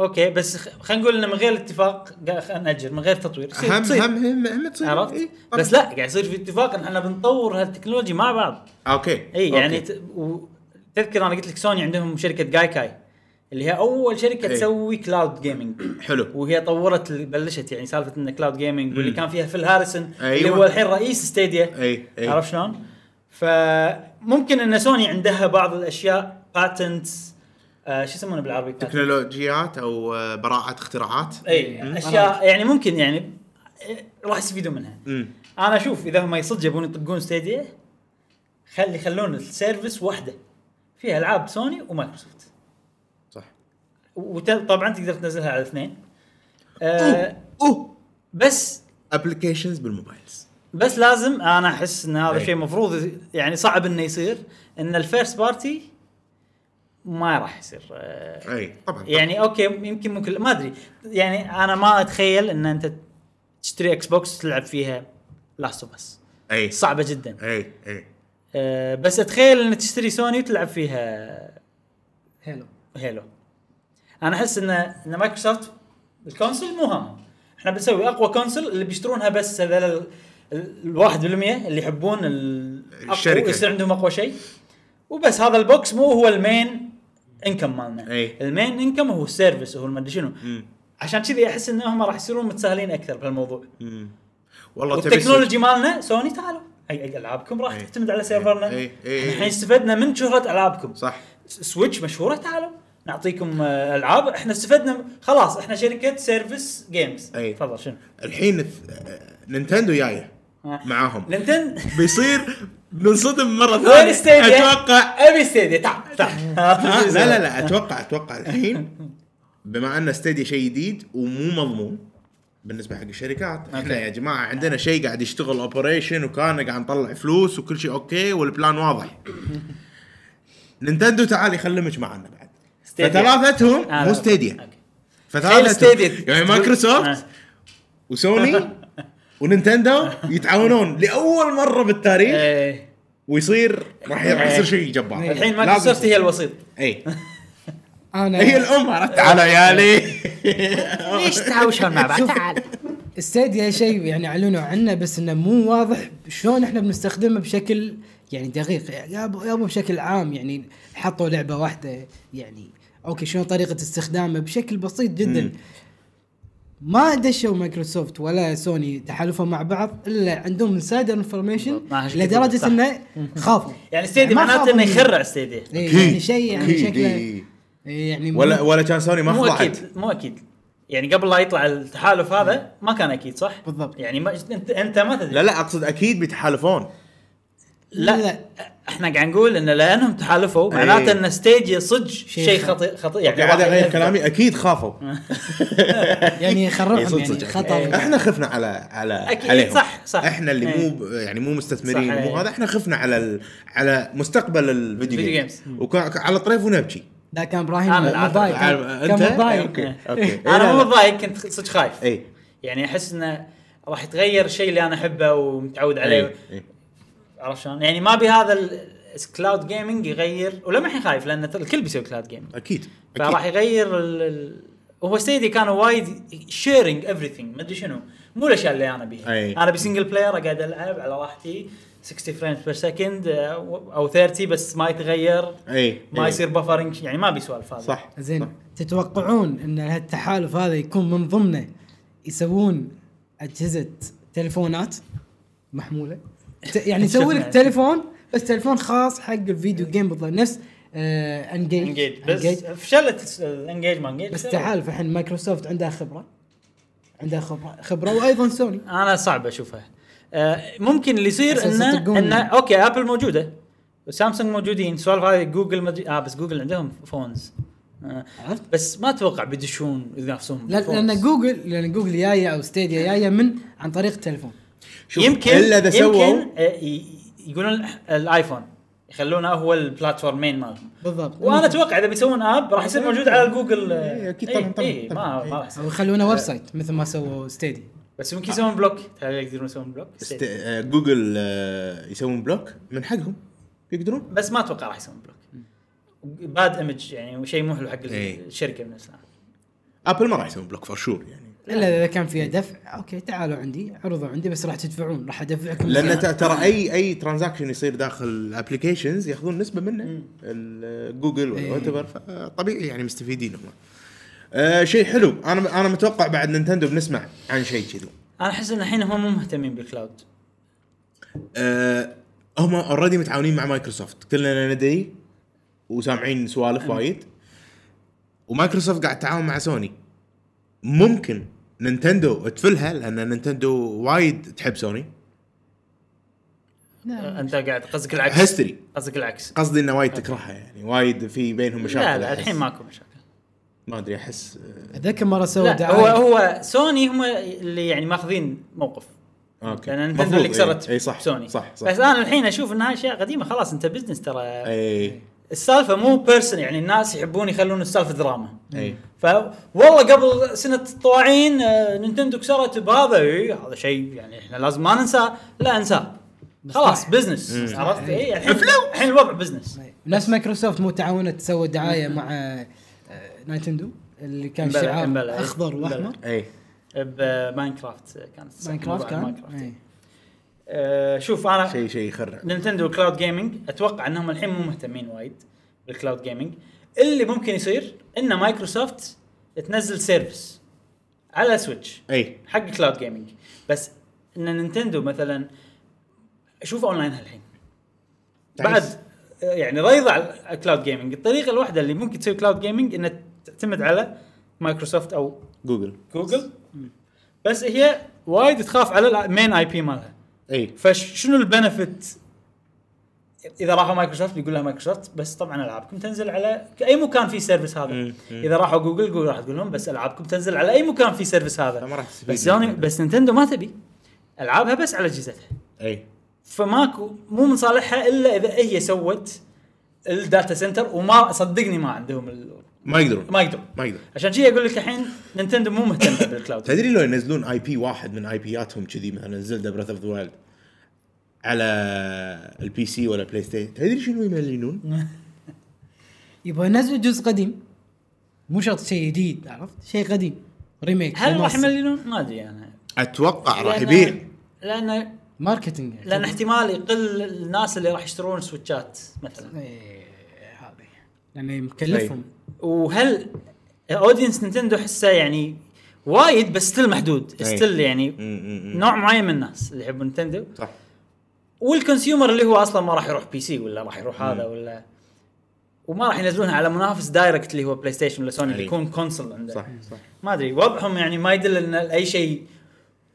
S1: اوكي بس خ- خلينا نقول انه من غير اتفاق قا- خلينا ناجر من غير تطوير
S3: هم
S1: يصير-
S3: هم
S1: يصير.
S3: هم هم تصير
S1: عرفت؟
S3: إيه،
S1: بس لا قاعد يصير في اتفاق ان احنا بنطور هالتكنولوجي مع بعض
S3: اوكي
S1: اي يعني
S3: أوكي.
S1: ت... و... تذكر انا قلت لك سوني عندهم شركه جايكاي اللي هي اول شركه
S3: إي.
S1: تسوي كلاود جيمنج
S3: حلو
S1: وهي طورت بلشت يعني سالفه ان كلاود جيمنج واللي
S3: مم.
S1: كان فيها فيل هاريسون اللي
S3: أيوة.
S1: هو الحين رئيس ستيديا
S3: اي اي
S1: عرفت شلون؟ فممكن ان سوني عندها بعض الاشياء باتنتس آه شو إيه. يسمونه بالعربي؟ patents.
S3: تكنولوجيات او آه، براعه اختراعات
S1: اي اشياء يعني ممكن يعني إيه، راح يستفيدوا منها
S3: امم
S1: انا اشوف اذا هم صدق يبون يطقون ستيديا خلي خلون السيرفس واحده فيها العاب سوني ومايكروسوفت
S3: صح
S1: وطبعا تقدر تنزلها على الاثنين آه
S3: اوه اوه
S1: بس
S3: ابلكيشنز بالموبايلز
S1: بس لازم انا احس ان هذا
S3: أي.
S1: شيء مفروض يعني صعب انه يصير ان الفيرست بارتي ما راح يصير آه،
S3: اي طبعا
S1: يعني اوكي يمكن ممكن ما ادري يعني انا ما اتخيل ان انت تشتري اكس بوكس تلعب فيها لاست اوف اس
S3: اي
S1: صعبه جدا
S3: اي اي
S1: أه بس اتخيل ان تشتري سوني وتلعب فيها
S2: حلو
S1: هيلو انا احس ان ان مايكروسوفت الكونسل مو هم احنا بنسوي اقوى كونسل اللي بيشترونها بس هذول ال- ال- الواحد بالمية اللي يحبون ال- أقوى-
S3: الشركة.
S1: يصير عندهم اقوى شيء وبس هذا البوكس مو هو المين انكم مالنا
S3: أي.
S1: المين انكم هو السيرفس هو المدري شنو
S3: مم.
S1: عشان كذي احس انهم راح يصيرون متساهلين اكثر بهالموضوع
S3: مم. والله تبي
S1: والتكنولوجي مالنا سوني تعالوا اي العابكم راح
S3: أي.
S1: تعتمد على سيرفرنا
S3: أي. أي. أي.
S1: احنا استفدنا من شهره العابكم
S3: سويتش. صح
S1: سويتش مشهوره تعالوا نعطيكم آه، العاب احنا استفدنا خلاص احنا شركه سيرفيس جيمز
S3: أي.
S1: تفضل شنو
S3: الحين الث- آه، نينتندو جايه
S1: آه.
S3: معاهم
S1: نينتندو
S3: بيصير بنصدم مره
S1: وين
S3: ثانيه
S1: ستيديا؟
S3: اتوقع
S1: ابي ستيديا تعال تعال
S3: ها؟ لا لا لا اتوقع اتوقع الحين بما ان ستيديا شيء جديد ومو مضمون بالنسبه حق الشركات احنا
S1: أوكي.
S3: يا جماعه عندنا شيء قاعد يشتغل اوبريشن وكان قاعد نطلع فلوس وكل شيء اوكي والبلان واضح نينتندو تعال يخلمج معنا بعد
S1: ستيديا.
S3: فثلاثتهم
S1: آه،
S3: مو
S1: لا.
S3: ستيديا
S1: أوكي. خلي
S3: فثلاثتهم
S1: ستيديا.
S3: يعني مايكروسوفت
S1: آه.
S3: وسوني ونينتندو يتعاونون لاول مره بالتاريخ
S1: إيه.
S3: ويصير راح راح يصير شيء
S2: إيه.
S3: جبار
S1: الحين
S3: لازم إيه.
S1: مايكروسوفت هي
S3: يصير.
S1: الوسيط
S3: اي
S2: انا
S3: هي الام عرفت تعالوا عيالي
S1: ليش تعاوشون مع بعض تعال
S2: الستيديا شيء يعني اعلنوا عنه بس انه مو واضح شلون احنا بنستخدمه بشكل يعني دقيق يا ابو يا ابو بشكل عام يعني حطوا لعبه واحده يعني اوكي شلون طريقه استخدامه بشكل بسيط جدا ما دشوا مايكروسوفت ولا سوني تحالفوا مع بعض الا عندهم انسايدر انفورميشن
S1: بالضبط. ما هالشي كله،
S2: لدرجه
S1: صح.
S2: انه خافوا
S1: يعني ستيديا
S2: ما
S1: معناته
S2: خافوا
S1: انه
S2: منه.
S1: يخرع ستيديا
S2: إيه،
S3: أكيد،
S2: يعني شيء يعني
S3: أكيد،
S2: شكله
S3: إيه.
S2: إيه، يعني
S3: ولا
S2: مو-
S3: ولا كان سوني ما
S1: مو
S3: خضعت
S1: اكيد مو اكيد يعني قبل لا يطلع التحالف هذا ما كان اكيد صح؟
S2: بالضبط.
S1: يعني ما انت انت ما تدري
S3: لا لا اقصد اكيد بيتحالفون
S1: لا,
S2: لا.
S1: احنا قاعد نقول ان لانهم تحالفوا
S3: أي.
S1: معناته ان ستيجيا صدق شيء
S2: خ-
S1: خطير خطير يعني آه.
S3: قاعد
S1: واحد
S3: اغير
S1: يذكر.
S3: كلامي اكيد خافوا
S2: يعني يخرعهم
S3: إيه، صدق
S2: يعني
S3: صدق.
S2: خطر
S3: احنا خفنا على على
S1: أكيد، إيه،
S3: عليهم
S1: صح، صح.
S3: احنا اللي
S1: إيه.
S3: مو ب- يعني مو
S1: صح،
S3: مستثمرين مو
S1: إيه.
S3: هذا احنا خفنا على ال... على مستقبل الفيديو
S1: فيديو
S3: جيمز وعلى طريف ونبكي
S2: لا كان ابراهيم
S1: أنا العادة.
S2: متضايق كان
S3: أنت؟ أيوه. إيه،
S2: كان متضايق
S3: اوكي اوكي
S1: انا إيه. مو متضايق كنت صدق خايف
S3: اي
S1: يعني احس انه راح يتغير الشيء اللي انا احبه ومتعود
S3: إيه.
S1: عليه عرفت شلون؟ يعني ما ابي هذا الكلاود جيمنج يغير ولما الحين خايف لان الكل بيسوي كلاود جيمنج
S3: اكيد
S1: فراح
S3: اكيد
S1: يغير ال... ال... هو ستيدي كانوا وايد شيرنج everything ما ادري شنو مو الاشياء اللي انا
S3: أي.
S1: بيها انا بسنجل بلاير قاعد العب على راحتي 60 فريمز بير سكند او 30 آه، بس ما يتغير
S3: اي
S1: ما
S3: إي.
S1: يصير بفرنج يعني ما بي سوالف هذا
S3: إيه، صح
S2: زين
S3: صح.
S2: تتوقعون ان هالتحالف هذا يكون من ضمنه يسوون اجهزه تلفونات محموله ت- يعني يسوي لك
S1: شفنا.
S2: تلفون بس تلفون خاص حق الفيديو جيم بالضبط نفس آه انجيج
S1: انجيج بس فشلت الانجيج ما انجيج
S2: بس تعال الحين مايكروسوفت عندها خبره عندها خبره خبره وايضا سوني
S1: انا صعب اشوفها آه، ممكن اللي يصير
S2: أساس
S1: انه
S2: يطقون.
S1: انه اوكي ابل موجوده وسامسونج موجودين سوالف هذه جوجل مد... اه بس جوجل عندهم فونز آه،
S2: عرفت؟
S1: بس ما اتوقع بيدشون ينافسون
S2: لا-
S1: بالفونز.
S2: لان جوجل لان جوجل جايه او ستيديا جايه من عن طريق التلفون
S3: شوف،
S1: يمكن
S3: الا اذا سووا
S1: يمكن آه، ي- يقولون ال- الايفون يخلونه هو البلاتفورمين مالهم
S2: بالضبط
S1: وانا اتوقع اذا بيسوون اب راح يصير موجود على الجوجل آه،
S3: إيه، أكيد طبعاً،
S1: إيه،
S3: طبعاً،
S1: إيه،
S3: طبعاً،
S1: ما ما
S3: إيه.
S1: إيه. راح يصير.
S2: او يخلونه ويب سايت مثل ما سووا ستيديا
S1: بس يمكن يسوون بلوك تخيل يقدرون يسوون بلوك
S3: است- آه، جوجل آه، يسوون بلوك من حقهم يقدرون
S1: بس ما اتوقع راح يسوون بلوك باد ايمج يعني وشيء مو حلو حق
S3: إيه.
S1: الشركه من الاسلام
S3: ابل ما راح يسوون بلوك فور شور يعني
S2: الا اذا كان فيها دفع اوكي تعالوا عندي عرضوا عندي بس راح تدفعون راح ادفعكم
S3: لان
S2: زيادة.
S3: ت- ترى اي اي ترانزاكشن يصير داخل الابلكيشنز ياخذون نسبه منه ال- آه، جوجل ولا
S2: إيه.
S3: وات ايفر طبيعي يعني مستفيدين هم آه شيء حلو انا انا متوقع بعد نينتندو بنسمع عن شيء كذي
S1: انا احس ان الحين هم مو مهتمين بالكلاود
S3: آه هم اوريدي متعاونين مع مايكروسوفت كلنا ندري وسامعين
S1: أمم.
S3: سوالف وايد ومايكروسوفت قاعد تتعاون مع سوني ممكن نينتندو تفلها لان نينتندو وايد تحب سوني
S2: لا،
S1: انت قاعد قصدك العكس
S3: هيستوري
S1: قصدك العكس
S3: قصدي انه وايد تكرهها يعني وايد في بينهم مشاكل
S1: لا لا
S3: أحس.
S1: الحين ماكو مشاكل
S3: ما آه، ادري احس
S2: اتذكر مره سووا
S1: لا هو
S2: دعايه
S1: هو سوني هم اللي يعني ماخذين موقف
S3: اوكي
S1: لان نينتندو
S3: مفروض،
S1: اللي كسرت
S3: اي أي إيه، صح
S1: سوني
S3: صح إيه. صح
S1: بس انا الحين اشوف انها اشياء قديمه خلاص انت بزنس ترى
S3: اي
S1: السالفه مو بيرسون يعني الناس يحبون يخلون السالفه دراما
S3: اي
S1: فوالله قبل سنه الطواعين آه، نينتندو كسرت بهذا إيه، هذا شيء يعني احنا لازم ما ننساه لا انساه خلاص بزنس
S3: مم.
S1: عرفت اي الحين الحين الوضع بزنس
S2: نفس مايكروسوفت مو تعاونت سووا دعايه مع آه، نايتندو اللي كان
S1: مبلى-
S2: شعار
S1: مبلى.
S2: اخضر واحمر
S3: اي
S1: بماينكرافت كانت
S2: ماينكرافت
S1: موضوع
S2: كان
S1: ماينكرافت.
S2: إيه.
S1: آه، شوف انا
S3: شيء شيء يخرع
S1: نينتندو كلاود جيمنج اتوقع انهم الحين مو مهتمين وايد بالكلاود جيمنج اللي ممكن يصير ان مايكروسوفت تنزل سيرفس على سويتش
S3: اي
S1: حق كلاود جيمنج بس ان نينتندو مثلا شوف اونلاين هالحين بعد
S3: تعيس.
S1: آه، يعني ريضة على كلاود جيمنج الطريقه الواحده اللي ممكن تسوي كلاود جيمنج انها تعتمد على مايكروسوفت او
S3: جوجل
S1: جوجل بس هي وايد تخاف على المين اي بي مالها
S3: اي
S1: فشنو البنفت اذا راحوا مايكروسوفت بيقول لها مايكروسوفت بس طبعا العابكم تنزل على اي مكان في سيرفس هذا
S3: مم. مم.
S1: اذا راحوا جوجل جوجل راح تقول لهم بس العابكم تنزل على اي مكان في سيرفس
S3: فما
S1: هذا
S3: راح تستفيد
S1: بس سوني
S3: منه.
S1: بس نينتندو ما تبي العابها بس على اجهزتها
S3: اي
S1: فماكو مو من صالحها الا اذا هي سوت الداتا سنتر وما صدقني ما عندهم ال...
S3: ما يقدرون
S1: ما يقدرون
S3: ما يقدرون
S1: عشان شي اقول لك الحين نينتندو مو مهتمه بالكلاود
S3: تدري لو ينزلون اي بي واحد من اي بياتهم كذي مثلا زلدا براث اوف ذا وايلد على البي سي ولا بلاي ستيشن تدري شنو يملينون؟
S2: يبغى ينزلوا جزء قديم مو شرط شيء جديد عرفت شيء قديم ريميك
S1: هل راح
S2: ريماستر.
S1: يمللون؟ ما ادري انا
S3: اتوقع راح
S1: لأن-
S3: يبيع
S1: لان
S2: ماركتنج يعني.
S1: لان احتمال يقل الناس اللي راح يشترون سويتشات مثلا
S2: إيه، هذه لانه مكلفهم
S1: وهل اودينس نينتندو حسه يعني وايد بس ستيل محدود
S3: أي.
S1: ستيل يعني
S3: إيه. مم، مم، مم.
S1: نوع معين من الناس اللي يحبون نتندو
S3: نعم. صح
S1: والكونسيومر اللي هو اصلا ما راح يروح بي سي ولا راح يروح هذا ولا وما راح ينزلونها على منافس دايركت اللي هو بلاي ستيشن ولا سوني
S3: أي.
S1: بيكون كونسل عنده
S3: صح صح
S1: ما ادري وضعهم يعني ما يدل ان اي شيء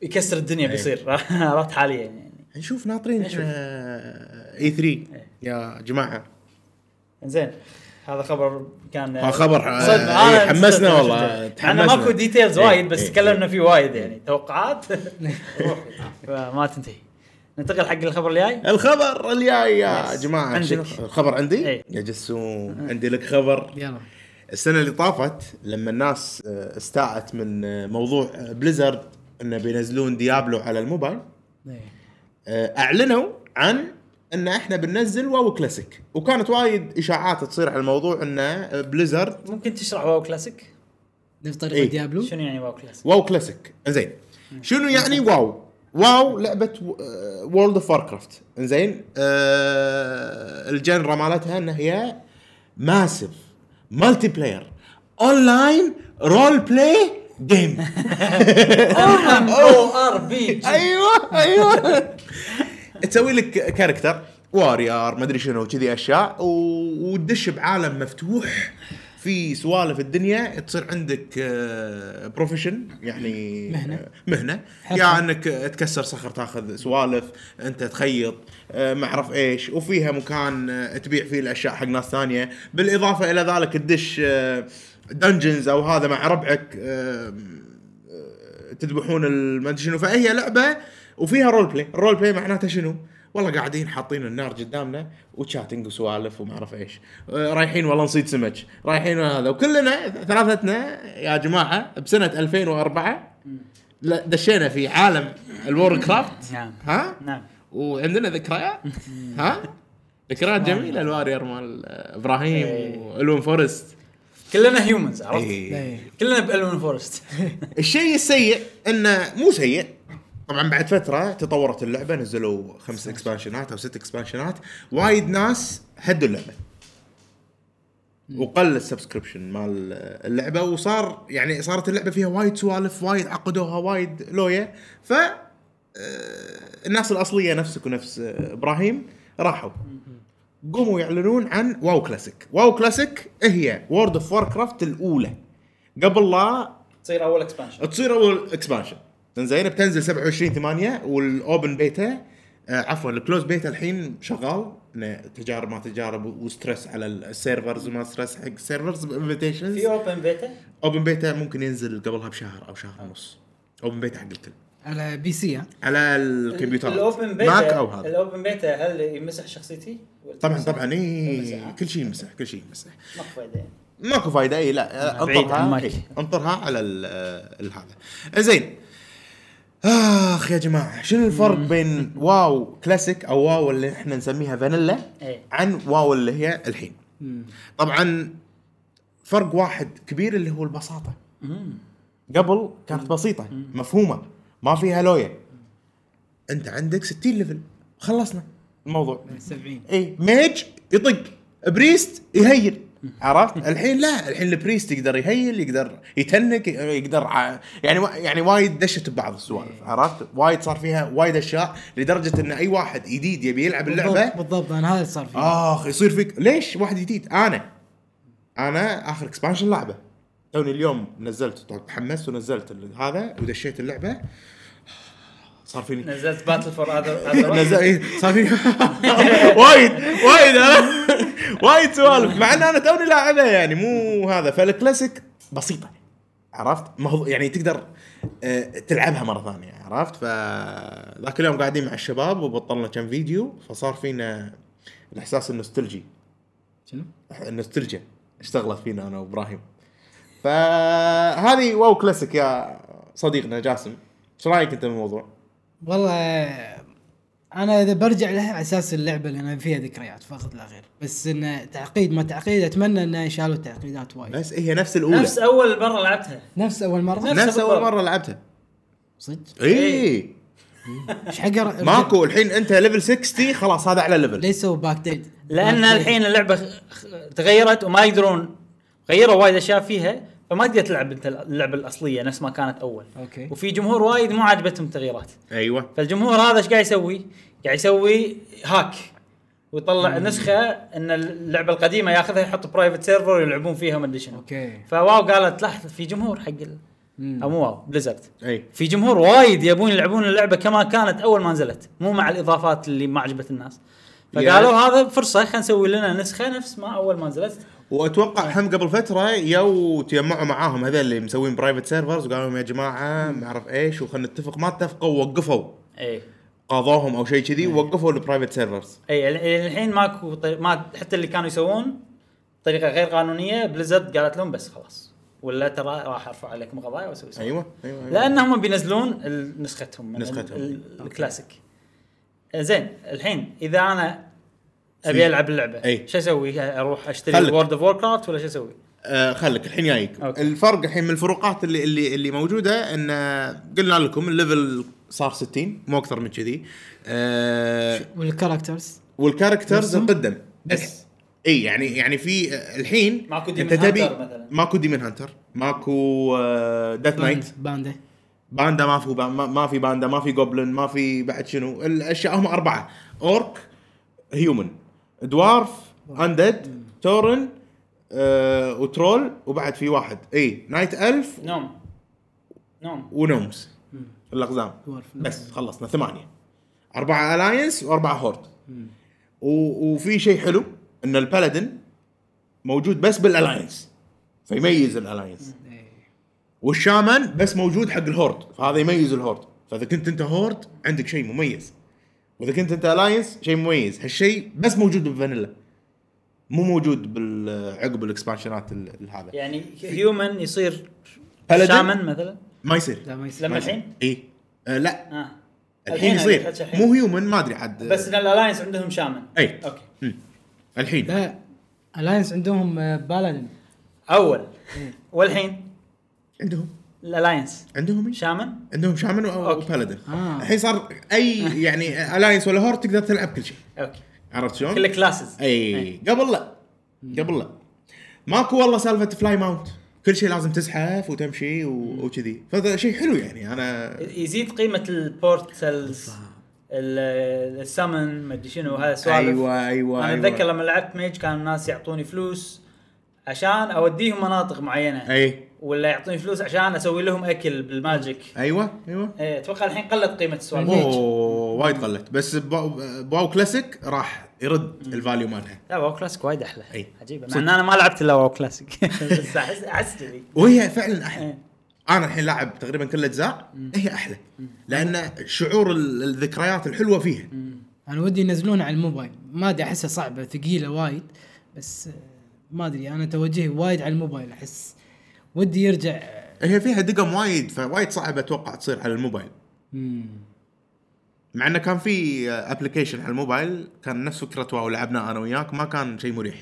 S1: يكسر الدنيا
S3: أي.
S1: بيصير عرفت حاليا يعني
S3: نشوف ناطرين آه، E
S1: نشوف.
S3: اي 3 يا جماعه
S1: زين هذا خبر كان
S3: آه، خبر، آه،
S1: صدمة.
S3: إيه،
S1: أنا
S3: حمسنا
S1: شفته-
S3: والله،
S1: شفته. مع انه
S3: تحمسنا.
S1: ماكو ديتيلز
S3: إيه،
S1: وايد بس
S3: إيه،
S1: تكلمنا فيه وايد يعني توقعات ما تنتهي ننتقل حق الخبر اللي جاي
S3: الخبر الجاي يا
S1: Yes.
S3: جماعه
S1: عندك.
S3: شنو الخبر عندي
S1: إيه.
S3: يا جسوم عندي لك خبر
S2: يلا
S3: السنه اللي طافت لما الناس آه، استاءت من آه، موضوع آه، بليزرد انه بينزلون ديابلو على الموبايل
S2: إيه.
S3: آه، اعلنوا عن ان احنا بننزل واو كلاسيك وكانت وايد اشاعات تصير على الموضوع آه، انه بليزرد
S1: ممكن تشرح واو كلاسيك
S2: نفترض
S3: إيه.
S2: ديابلو
S1: شنو يعني واو كلاسيك
S3: واو كلاسيك زين شنو يعني واو واو آه، لعبه وورلد اوف كرافت زين آه الجنرا مالتها ان هي ماسف مالتي بلاير اونلاين رول بلاي جيم
S1: او ار بي
S3: ايوه ايوه تسوي لك كاركتر واريار ما ادري شنو كذي اشياء و- وتدش بعالم مفتوح في سوالف الدنيا تصير عندك بروفيشن يعني
S2: مهنة.
S3: آه، مهنه يا
S2: حرفة.
S3: يعني انك تكسر صخر تاخذ سوالف انت تخيط آه، ما اعرف ايش وفيها مكان آه، تبيع فيه الاشياء حق ناس ثانيه بالاضافه الى ذلك تدش دنجنز او هذا مع ربعك آه، تذبحون ال- ما ادري شنو فهي لعبه وفيها رول بلاي، الرول بلاي معناته شنو؟ والله قاعدين حاطين النار قدامنا وتشاتنج وسوالف وما اعرف ايش، آه، رايحين والله نصيد سمك، رايحين هذا وكلنا ثلاثتنا يا جماعه بسنه 2004 لا- دشينا في عالم الور كرافت
S1: نعم
S3: ها؟
S1: نعم
S3: وعندنا ذكريات ها؟ ذكريات جميله الوارير مال ابراهيم والون فورست
S1: كلنا هيومنز عرفت
S3: إيه.
S2: إيه.
S1: كلنا بالون فورست
S3: الشيء السيء انه مو سيء طبعا بعد فتره تطورت اللعبه نزلوا خمس اكسبانشنات او ست اكسبانشنات وايد ناس هدوا اللعبه وقل السبسكريبشن مال اللعبه وصار يعني صارت اللعبه فيها وايد سوالف وايد عقدوها وايد لويا ف آه، الناس الاصليه نفسك ونفس آه، ابراهيم راحوا قوموا يعلنون عن واو كلاسيك واو كلاسيك هي وورد اوف وار كرافت الاولى قبل لا
S1: تصير اول اكسبانشن
S3: تصير اول اكسبانشن زين بتنزل 27 8 والاوبن بيتا آه عفوا الكلوز بيتا الحين شغال إنه تجارب ما تجارب و- وستريس على السيرفرز وما ستريس حق السيرفرز بانفيتيشنز
S1: في اوبن بيتا
S3: اوبن بيتا ممكن ينزل قبلها بشهر او شهر ونص اوبن بيتا حق الكل
S2: على بي سي ها؟
S3: على الكمبيوتر
S1: الاوبن بيتا
S3: ماك او هذا
S1: الاوبن بيتا هل يمسح شخصيتي؟ ولا
S3: طبعا
S1: تمسح؟
S3: طبعا
S1: يمسح، ها؟
S3: اي إيه، كل شيء يمسح كل شيء يمسح
S1: ماكو فايده يعني
S3: ماكو فايده اي لا آه،
S1: بعيد عن
S3: انطرها
S1: مايك.
S3: إي، انطرها على ال- آه، ال- هذا زين اخ يا جماعه شنو الفرق بين واو كلاسيك او واو اللي احنا نسميها فانيلا
S1: إي.
S3: عن واو اللي هي الحين طبعا فرق واحد كبير اللي هو البساطه قبل كانت بسيطه مفهومه ما فيها لويا انت عندك 60 ليفل خلصنا الموضوع
S2: 70
S3: اي إيه، ميج يطق بريست يهيل عرفت الحين لا الحين البريست يقدر يهيل يقدر يتنك يقدر ع- يعني وا- يعني وايد دشت ببعض السوالف عرفت وايد صار فيها وايد اشياء لدرجه ان اي واحد جديد يبي يلعب اللعبه
S2: بالضبط بالضبط انا هذا اللي صار فيه
S3: اخ يصير فيك ليش واحد جديد انا انا اخر اكسبانشن لعبه توني اليوم نزلت تحمست ونزلت هذا ودشيت اللعبه صار فيني
S1: نزلت باتل فور اذر
S3: نزل إيه، صار في وايد وايد أنا- وايد سوالف مع ان انا توني لاعبه يعني مو هذا فالكلاسيك بسيطه عرفت؟ مهض... يعني تقدر آه، تلعبها مره ثانيه عرفت؟ فذاك اليوم قاعدين مع الشباب وبطلنا كم فيديو فصار فينا الاحساس النوستلجي
S2: شنو؟
S3: النوستلجيا اشتغلت فينا انا وابراهيم فهذه واو كلاسيك يا صديقنا جاسم ايش رايك انت بالموضوع؟
S2: والله انا اذا برجع لها على اساس اللعبه لان فيها ذكريات فقط لا غير بس انه تعقيد ما تعقيد اتمنى انه يشالوا التعقيدات وايد
S3: بس هي نفس الاولى
S1: نفس اول مره لعبتها
S2: نفس اول مره
S1: نفس
S3: نفس اول
S1: بالضبط.
S3: مره لعبتها
S2: صدق
S3: اي
S2: ايش حق الر-
S3: إيه. ماكو الحين انت ليفل 60 خلاص هذا اعلى ليفل
S2: ليش سووا باك ديت
S1: لان الحين اللعبه خ- خ- تغيرت وما يقدرون غيروا وايد اشياء فيها فما تقدر تلعب انت اللعبه الاصليه نفس ما كانت اول
S2: اوكي
S1: وفي جمهور وايد مو عاجبتهم التغييرات
S3: ايوه
S1: فالجمهور هذا ايش قاعد يسوي؟ قاعد يسوي هاك ويطلع نسخه ان اللعبه القديمه ياخذها يحط برايفت سيرفر يلعبون فيها ما ادري شنو
S2: اوكي
S1: فواو قالت لحظه في جمهور حق ال...
S2: مم.
S1: او مو واو بليزرد
S3: اي
S1: في جمهور وايد يبون يلعبون اللعبه كما كانت اول ما نزلت مو مع الاضافات اللي ما عجبت الناس فقالوا هذا فرصه خلينا نسوي لنا نسخه نفس ما اول ما نزلت
S3: واتوقع هم قبل فتره يو تجمعوا معاهم هذول اللي مسوين برايفت سيرفرز وقالوا لهم يا جماعه ما اعرف ايش وخلنا نتفق ما اتفقوا وقفوا
S1: اي
S3: قاضوهم او شيء كذي ووقفوا البرايفت سيرفرز
S1: اي ال- الحين ماكو طي... ما حتى اللي كانوا يسوون طريقه غير قانونيه بليزرد قالت لهم بس خلاص ولا ترى راح ارفع عليكم قضايا واسوي سوي.
S3: ايوه ايوه, أيوة.
S1: لانهم بينزلون ال- نسختهم من
S3: نسختهم.
S1: ال- ال- الكلاسيك زين الحين اذا انا ابي العب اللعبه
S3: أي.
S1: شو اسوي؟ اروح اشتري
S3: خلك.
S1: وورد اوف كرافت ولا شو اسوي؟
S3: آه خلك الحين جايك
S1: أوكي.
S3: الفرق الحين من الفروقات اللي اللي اللي موجوده ان آه، قلنا لكم الليفل صار 60 مو اكثر من كذي آه
S2: والكاركترز
S3: والكاركترز
S2: نفسهم؟
S3: القدم
S2: بس.
S3: اي يعني يعني في آه، الحين
S1: ماكو
S3: أنت
S1: Demon
S3: تبي-
S1: Hunter مثلاً.
S3: ماكو ديمن هانتر ماكو ديث نايت
S2: باندا
S3: باندا ما في ما ما في باندا ما في جوبلن ما في بعد شنو الاشياء هم اربعه اورك هيومن دوارف اندد تورن آه وترول وبعد في واحد إيه، اي نايت الف
S1: نوم نوم
S3: ونومز الاقزام
S2: دورف
S3: بس خلصنا ثمانيه اربعه الاينس واربعه هورد و- وفي شيء حلو ان البالادين موجود بس بالالاينس فيميز الالاينس
S1: إيه.
S3: والشامان بس موجود حق الهورد فهذا يميز الهورد فاذا كنت انت هورد عندك شيء مميز واذا كنت انت الاينس شيء مميز هالشيء بس موجود بالفانيلا مو موجود بال- عقب الاكسبانشنات ال- ال- هذا
S1: يعني هيومن يصير
S3: Paladin؟
S1: شامن مثلا
S3: ما يصير
S2: لا ما يصير
S1: لما
S3: ما يصير.
S1: الحين؟
S3: اي آه لا
S1: آه.
S3: الحين
S1: أنا قلت
S3: يصير
S1: الحين.
S3: مو هيومن ما ادري عاد
S1: بس ان الالاينس عندهم شامن
S3: اي
S1: اوكي
S3: مم. الحين
S2: لا الاينس عندهم آه، بالادن
S1: اول والحين
S3: عندهم
S1: الالاينس
S3: عندهم ايش؟
S1: شامن
S3: عندهم شامن و-
S1: أوكي.
S3: وبالادين
S2: آه.
S3: الحين صار اي يعني الاينس ولا هورد تقدر تلعب كل شيء
S1: اوكي
S3: عرفت شلون؟
S1: كل كلاسز
S3: اي قبل لا قبل لا ماكو والله سالفه فلاي ماونت كل شيء لازم تزحف وتمشي و- وكذي فهذا شيء حلو يعني انا
S1: يزيد قيمه البورتلز السمن ما ادري شنو هذا السوالف
S3: ايوه ايوه
S1: انا
S3: أيوة.
S1: اتذكر لما لعبت ميج كان الناس يعطوني فلوس عشان اوديهم مناطق معينه
S3: اي
S1: ولا يعطوني فلوس عشان اسوي لهم اكل بالماجيك
S3: ايوه ايوه
S1: إيه، اتوقع الحين قلت قيمه السوالف
S3: اوه وايد قلت بس بواو- بواو كلاسيك راح يرد الفاليو مالها
S1: لا واو كلاسيك وايد احلى
S3: أي.
S1: عجيبه مع ان انا ما لعبت الا واو كلاسيك بس احس احس كذي
S3: وهي فعلا احلى
S1: إيه.
S3: انا الحين لاعب تقريبا كل الاجزاء هي احلى لان شعور ال- الذكريات الحلوه فيها
S2: انا ودي ينزلونها على الموبايل ما ادري احسها صعبه ثقيله وايد بس آه، ما ادري انا توجهي وايد على الموبايل احس ودي يرجع آه،
S3: هي فيها دقم وايد فوايد صعب اتوقع تصير على الموبايل
S2: مم.
S3: مع انه كان في ابلكيشن على الموبايل كان نفس فكره واو لعبناه انا وياك ما كان شيء مريح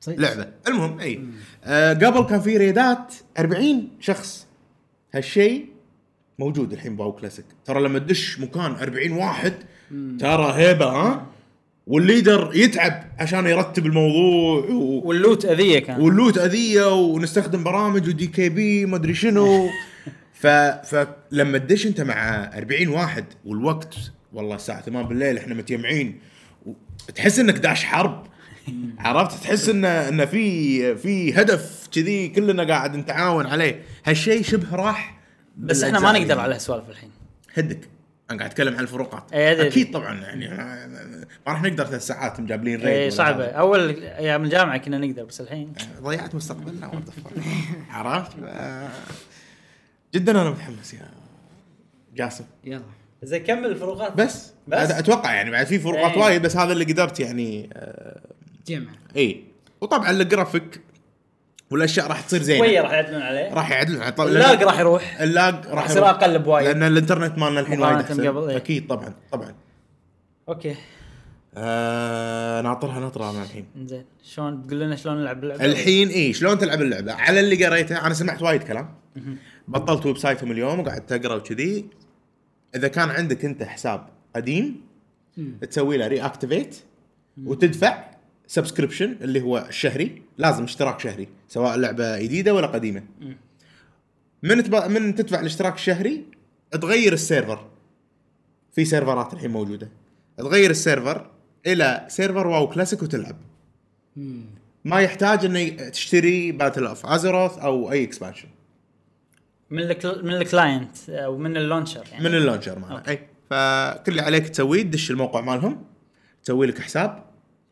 S2: صحيح
S3: لعبه المهم اي آه قبل كان في ريدات 40 شخص هالشيء موجود الحين باو كلاسيك ترى لما تدش مكان 40 واحد ترى هيبه ها والليدر يتعب عشان يرتب الموضوع و...
S1: واللوت اذيه كان
S3: واللوت اذيه ونستخدم برامج ودي كي بي ما ادري شنو ف... فلما تدش انت مع 40 واحد والوقت والله الساعه 8 بالليل احنا متجمعين و- تحس انك داش حرب عرفت تحس ان ان في في هدف كذي كلنا قاعد نتعاون عليه هالشيء شبه راح
S1: بس احنا ما
S3: بالأجزاء
S1: نقدر
S3: اللي-
S1: على هالسوالف الحين
S3: هدك انا قاعد اتكلم عن الفروقات
S1: إيه، أدري.
S3: اكيد طبعا يعني ما ما- ما راح نقدر ثلاث ساعات مجابلين ريد
S1: اي
S3: ولا
S1: صعبه
S3: هذا.
S1: اول ايام الجامعه كنا نقدر بس الحين
S3: ضيعت مستقبلنا وات عرفت جدا انا متحمس يا جاسم
S2: يلا
S1: زي كمل الفروقات
S3: بس
S1: بس؟
S3: هذا اتوقع يعني بعد في فروقات
S1: إيه.
S3: وايد بس هذا اللي قدرت يعني إيه. آه،
S2: جمعه
S3: اي وطبعا الجرافيك والاشياء راح تصير زينه
S1: شويه راح يعدلون عليه
S3: راح يعدلون عن- طبعاً
S1: اللاج
S3: لأن-
S1: راح يروح
S3: اللاج
S1: راح
S3: راح
S1: يصير
S3: يروح.
S1: اقل بوايد
S3: لان الانترنت مالنا الحين وايد
S1: مقارنة
S3: احسن
S1: قبل، إيه.
S3: اكيد طبعا طبعا
S1: اوكي
S3: آه ناطرها ناطرها مع الحين
S1: زين شلون تقول لنا شلون نلعب اللعبه
S3: الحين اي شلون تلعب اللعبه على اللي قريته انا سمعت وايد كلام بطلت ويب سايتهم اليوم وقعدت اقرا وكذي اذا كان عندك انت حساب قديم تسوي له ري اكتيفيت وتدفع سبسكريبشن اللي هو الشهري لازم اشتراك شهري سواء لعبه جديده ولا قديمه من تب... من تدفع الاشتراك الشهري تغير السيرفر في سيرفرات الحين موجوده تغير السيرفر الى سيرفر واو كلاسيك وتلعب ما يحتاج انه تشتري باتل اوف ازروث او اي اكسبانشن
S1: من الكل... من الكلاينت او من اللونشر يعني
S3: من اللونشر ماله اي فكل اللي عليك تسويه تدش الموقع مالهم تسوي لك حساب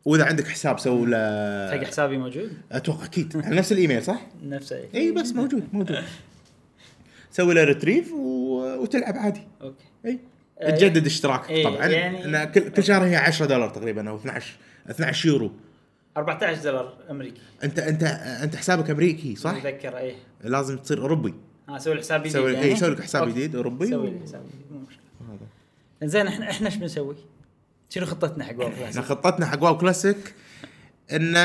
S3: واذا عندك حساب سوي
S1: حق
S3: له
S1: حسابي موجود
S3: اتوقع اكيد على نفس الايميل صح؟
S1: نفسه
S3: اي بس موجود موجود سوي له ريتريف و... وتلعب عادي
S1: اوكي
S3: اي
S1: آه،
S3: تجدد اشتراكك
S1: إيه،
S3: طبعا
S1: يعني-
S3: يعني... كل كل شهر هي 10 دولار تقريبا او 12 12 يورو
S1: 14 دولار امريكي
S3: انت انت انت حسابك امريكي صح؟
S1: اتذكر اي
S3: لازم تصير اوروبي
S1: ها اسوي لي حساب جديد
S3: سوي-
S1: يعني؟
S3: إيه، سوي لك حساب
S1: أوكي.
S3: جديد أوروبي
S1: سوي
S3: و-
S1: لي حساب جديد مو مشكله زين احنا احنا ايش بنسوي؟ شنو خطتنا حق
S3: احنا
S1: والله
S3: خطتنا حق واو كلاسيك ان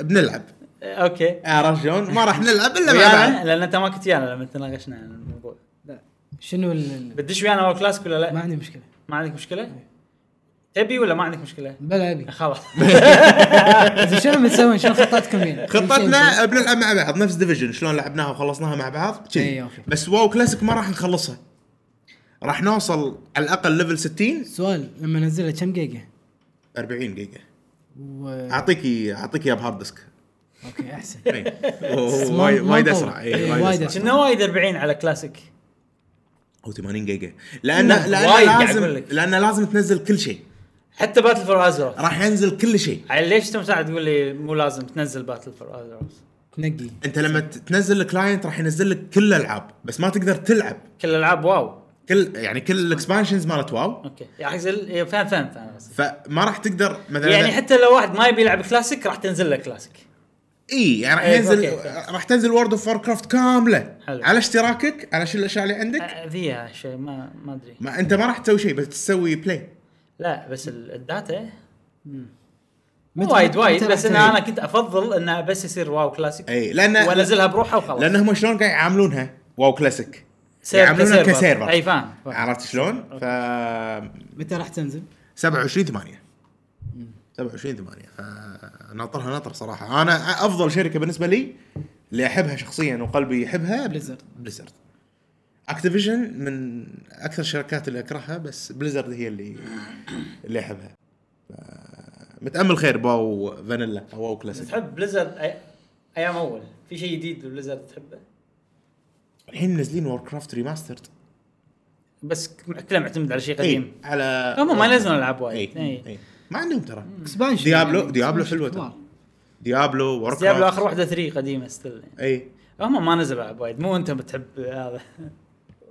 S3: بنلعب
S1: اوكي
S3: عرفت شلون؟ ما راح نلعب الا مع
S1: ويانا
S3: بعض
S1: لان انت ما كنت ويانا لما تناقشنا عن الموضوع
S2: شنو ال- ال-
S1: بتدش ويانا اول كلاسيك ولا
S2: ما
S1: لا؟
S2: عندي مشكله
S1: ما عندك مشكله؟ تبي ولا ما عندك مشكله؟
S2: بلا ابي
S1: خلاص
S2: زين شنو بنسوي شنو خطتكم يعني؟ هنا؟
S3: خطتنا بنلعب مع بعض نفس ديفيجن شلون لعبناها وخلصناها مع بعض
S2: إيه،
S3: كذي
S2: أوكي.
S3: بس واو كلاسيك ما راح نخلصها راح نوصل على الاقل ليفل 60
S2: سؤال لما انزلها كم جيجا؟
S3: 40 جيجا
S2: و...
S3: اعطيك اعطيك اياه بهارد ديسك
S2: اوكي احسن
S3: إيه.
S2: بس
S3: و-
S2: ما-
S3: وايد
S2: ما
S3: وايد
S2: نطول.
S3: اسرع
S2: إيه،
S3: إيه،
S2: وايد
S3: وايد اسرع
S1: كنا وايد 40 على كلاسيك
S3: او 80 جيجا لان لان
S1: وايد قاعد
S3: لازم
S1: أقول لك.
S3: لان لازم تنزل كل شيء
S1: حتى باتل فور ازروث
S3: راح ينزل كل شيء
S1: على ليش تم ساعه تقول لي مو لازم تنزل باتل فور ازروث
S2: تنقي
S3: انت لما ت- تنزل الكلاينت راح ينزل لك كل الالعاب بس ما تقدر تلعب
S1: كل الالعاب واو
S3: كل يعني كل الاكسبانشنز مالت واو
S1: اوكي يعني زل- إيه، فاهم فاهم فاهم قصدك.
S3: فما راح تقدر مثلا
S1: يعني حتى لو واحد ما يبي يلعب كلاسيك راح تنزل له كلاسيك
S3: اي يعني راح
S1: إيه،
S3: ينزل
S1: أوكي، أوكي.
S3: راح تنزل وورد اوف فور كرافت كامله
S1: حلو.
S3: على اشتراكك على شو الاشياء اللي عندك
S1: آه، ذي شيء ما ما ادري
S3: ما انت ما راح تسوي شيء بس تسوي بلاي
S1: لا بس ال- الداتا
S2: متى-
S1: مو وايد وايد
S2: متى راح
S1: بس ان
S2: تعيد؟
S1: انا كنت افضل انه بس يصير واو كلاسيك
S3: اي لان
S1: وانزلها بروحها وخلاص
S3: لان هم شلون قاعد يعاملونها واو كلاسيك
S1: سيرفر-
S3: يعاملونها
S1: سيرفر.
S3: كسيرفر.
S1: اي فاهم فاهم.
S3: عرفت شلون؟ ف
S2: متى راح تنزل؟
S3: 27 8 27 8 فناطرها نطر صراحه انا افضل شركه بالنسبه لي اللي احبها شخصيا وقلبي يحبها
S2: Blizzard.
S3: بليزرد اكتيفيجن من اكثر الشركات اللي اكرهها بس بليزرد هي اللي اللي احبها ف- متامل خير باو فانيلا او واو
S1: بس
S3: كلاسيك
S1: تحب بليزرد أي- ايام اول في شيء جديد بليزرد تحبه
S3: الحين منزلين وور كرافت ريماسترد
S1: بس كله معتمد على شيء قديم
S3: إيه، على
S1: هم ما ينزلون العاب
S3: اي
S1: وايد إيه. اي
S3: اي ما عندهم ترى
S2: اكسبانشن
S3: ديابلو- ديابلو حلوة ترى.
S2: يعني كبار.
S3: ديابلو وور
S1: بس ديابلو
S3: كرافت
S1: اخر واحده 3 قديمه ستيل
S3: اي
S1: هم ما نزلوا العاب وايد مو انت بتحب هذا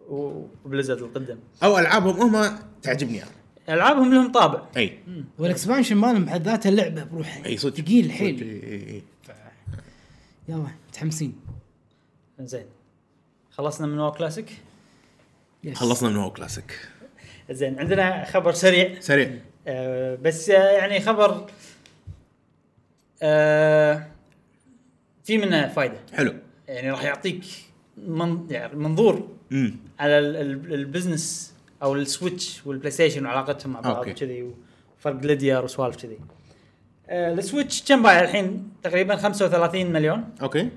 S1: و- وبليزرد القدم
S3: او العابهم هم تعجبني انا
S1: العابهم لهم طابع
S3: اي
S2: والاكسبانشن مالهم بحد ذاته لعبه بروحها
S3: اي إيه، صدق
S2: ثقيل
S3: صدق، إيه،
S2: حيل
S3: اي اي اي
S2: يلا متحمسين
S1: زين خلصنا من واو كلاسيك
S2: يس.
S3: خلصنا من هو كلاسيك
S1: زين عندنا خبر سريع
S3: سريع
S1: آه، بس آه، يعني خبر آه، في منه فائده
S3: حلو
S1: يعني راح يعطيك من يعني منظور
S3: امم
S1: على ال- ال- البزنس او السويتش والبلاي ستيشن وعلاقتهم مع بعض
S3: أوكي.
S1: وكذي وفرق جليديار وسوالف كذي. آه، السويتش كم بايع الحين؟ تقريبا 35 مليون
S3: اوكي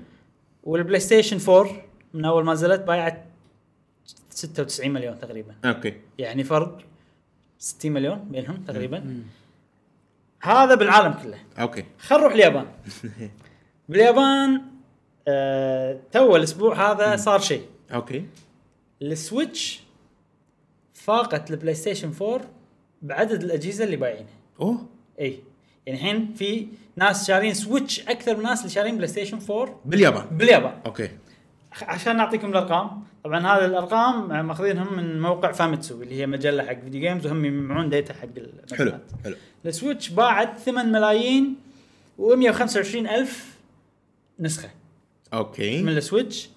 S1: والبلاي ستيشن 4 من اول ما نزلت بايعت 96 مليون تقريبا.
S3: اوكي
S1: يعني فرق 60 مليون بينهم تقريبا. هذا بالعالم كله.
S3: اوكي
S1: خل نروح اليابان. باليابان آه، تو الاسبوع هذا صار شيء.
S3: اوكي
S1: السويتش فاقت البلاي ستيشن 4 بعدد الاجهزه اللي بايعينها
S3: اوه
S1: اي يعني الحين في ناس شارين سويتش اكثر من ناس اللي شارين بلاي ستيشن 4
S3: باليابان
S1: باليابان
S3: اوكي
S1: خ- عشان نعطيكم الارقام طبعا هذه الارقام ماخذينهم من موقع فامتسو اللي هي مجله حق فيديو جيمز وهم يجمعون ديتا حق المجلات.
S3: حلو حلو
S1: السويتش باعت 8 ملايين و125 الف نسخه من
S3: اوكي
S1: السويتش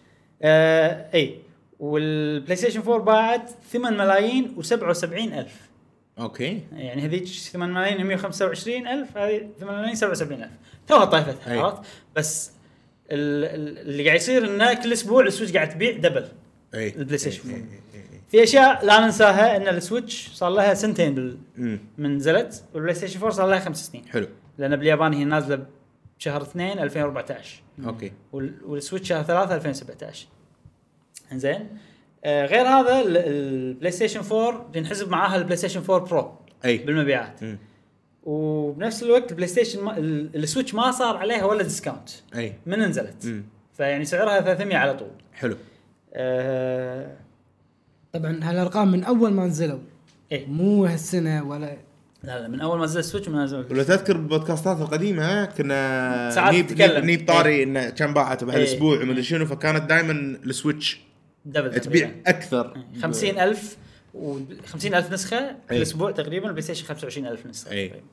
S1: آه اي والبلاي ستيشن 4 باعت 8 ملايين و77 الف
S3: اوكي
S1: يعني هذيك 8 ملايين 125 الف هذه 8 ملايين 77 الف توها طايفتها
S3: أي.
S1: عرفت بس ال- ال- اللي قاعد يصير انه كل اسبوع السويتش قاعد تبيع دبل
S3: اي
S1: البلاي ستيشن
S3: إي،
S1: 4.
S3: إي، إي، إي.
S1: في اشياء لا ننساها ان السويتش صار لها سنتين بال...
S3: امم
S1: من نزلت والبلاي ستيشن 4 صار لها خمس سنين
S3: حلو
S1: لان باليابان هي نازله بشهر 2 2014
S3: اوكي
S1: وال- والسويتش شهر 3 2017 انزين آه غير هذا ال- البلاي ستيشن 4 بينحسب معاها البلاي ستيشن 4 برو
S3: اي
S1: بالمبيعات
S3: مم.
S1: وبنفس الوقت البلاي ستيشن ما ال- السويتش ما صار عليها ولا ديسكاونت
S3: اي
S1: من نزلت
S3: مم.
S1: فيعني سعرها 300 على طول
S3: حلو
S1: آه
S2: طبعا هالارقام من اول ما نزلوا
S1: إيه.
S2: مو هالسنه ولا
S1: لا لا من اول ما نزل السويتش من
S3: ولو تذكر بالبودكاستات القديمه ها، كنا
S1: ساعات
S3: نيب
S1: تتكلم.
S3: نيب- نيب طاري انه كم باعت بهالاسبوع
S1: إيه.
S3: ومدري شنو فكانت دائما السويتش
S1: دبل
S3: تبيع اكثر
S1: 50000 و 50000 نسخه في
S3: أي.
S1: الاسبوع تقريبا البلاي ستيشن 25000 نسخه
S3: أي.
S1: تقريباً.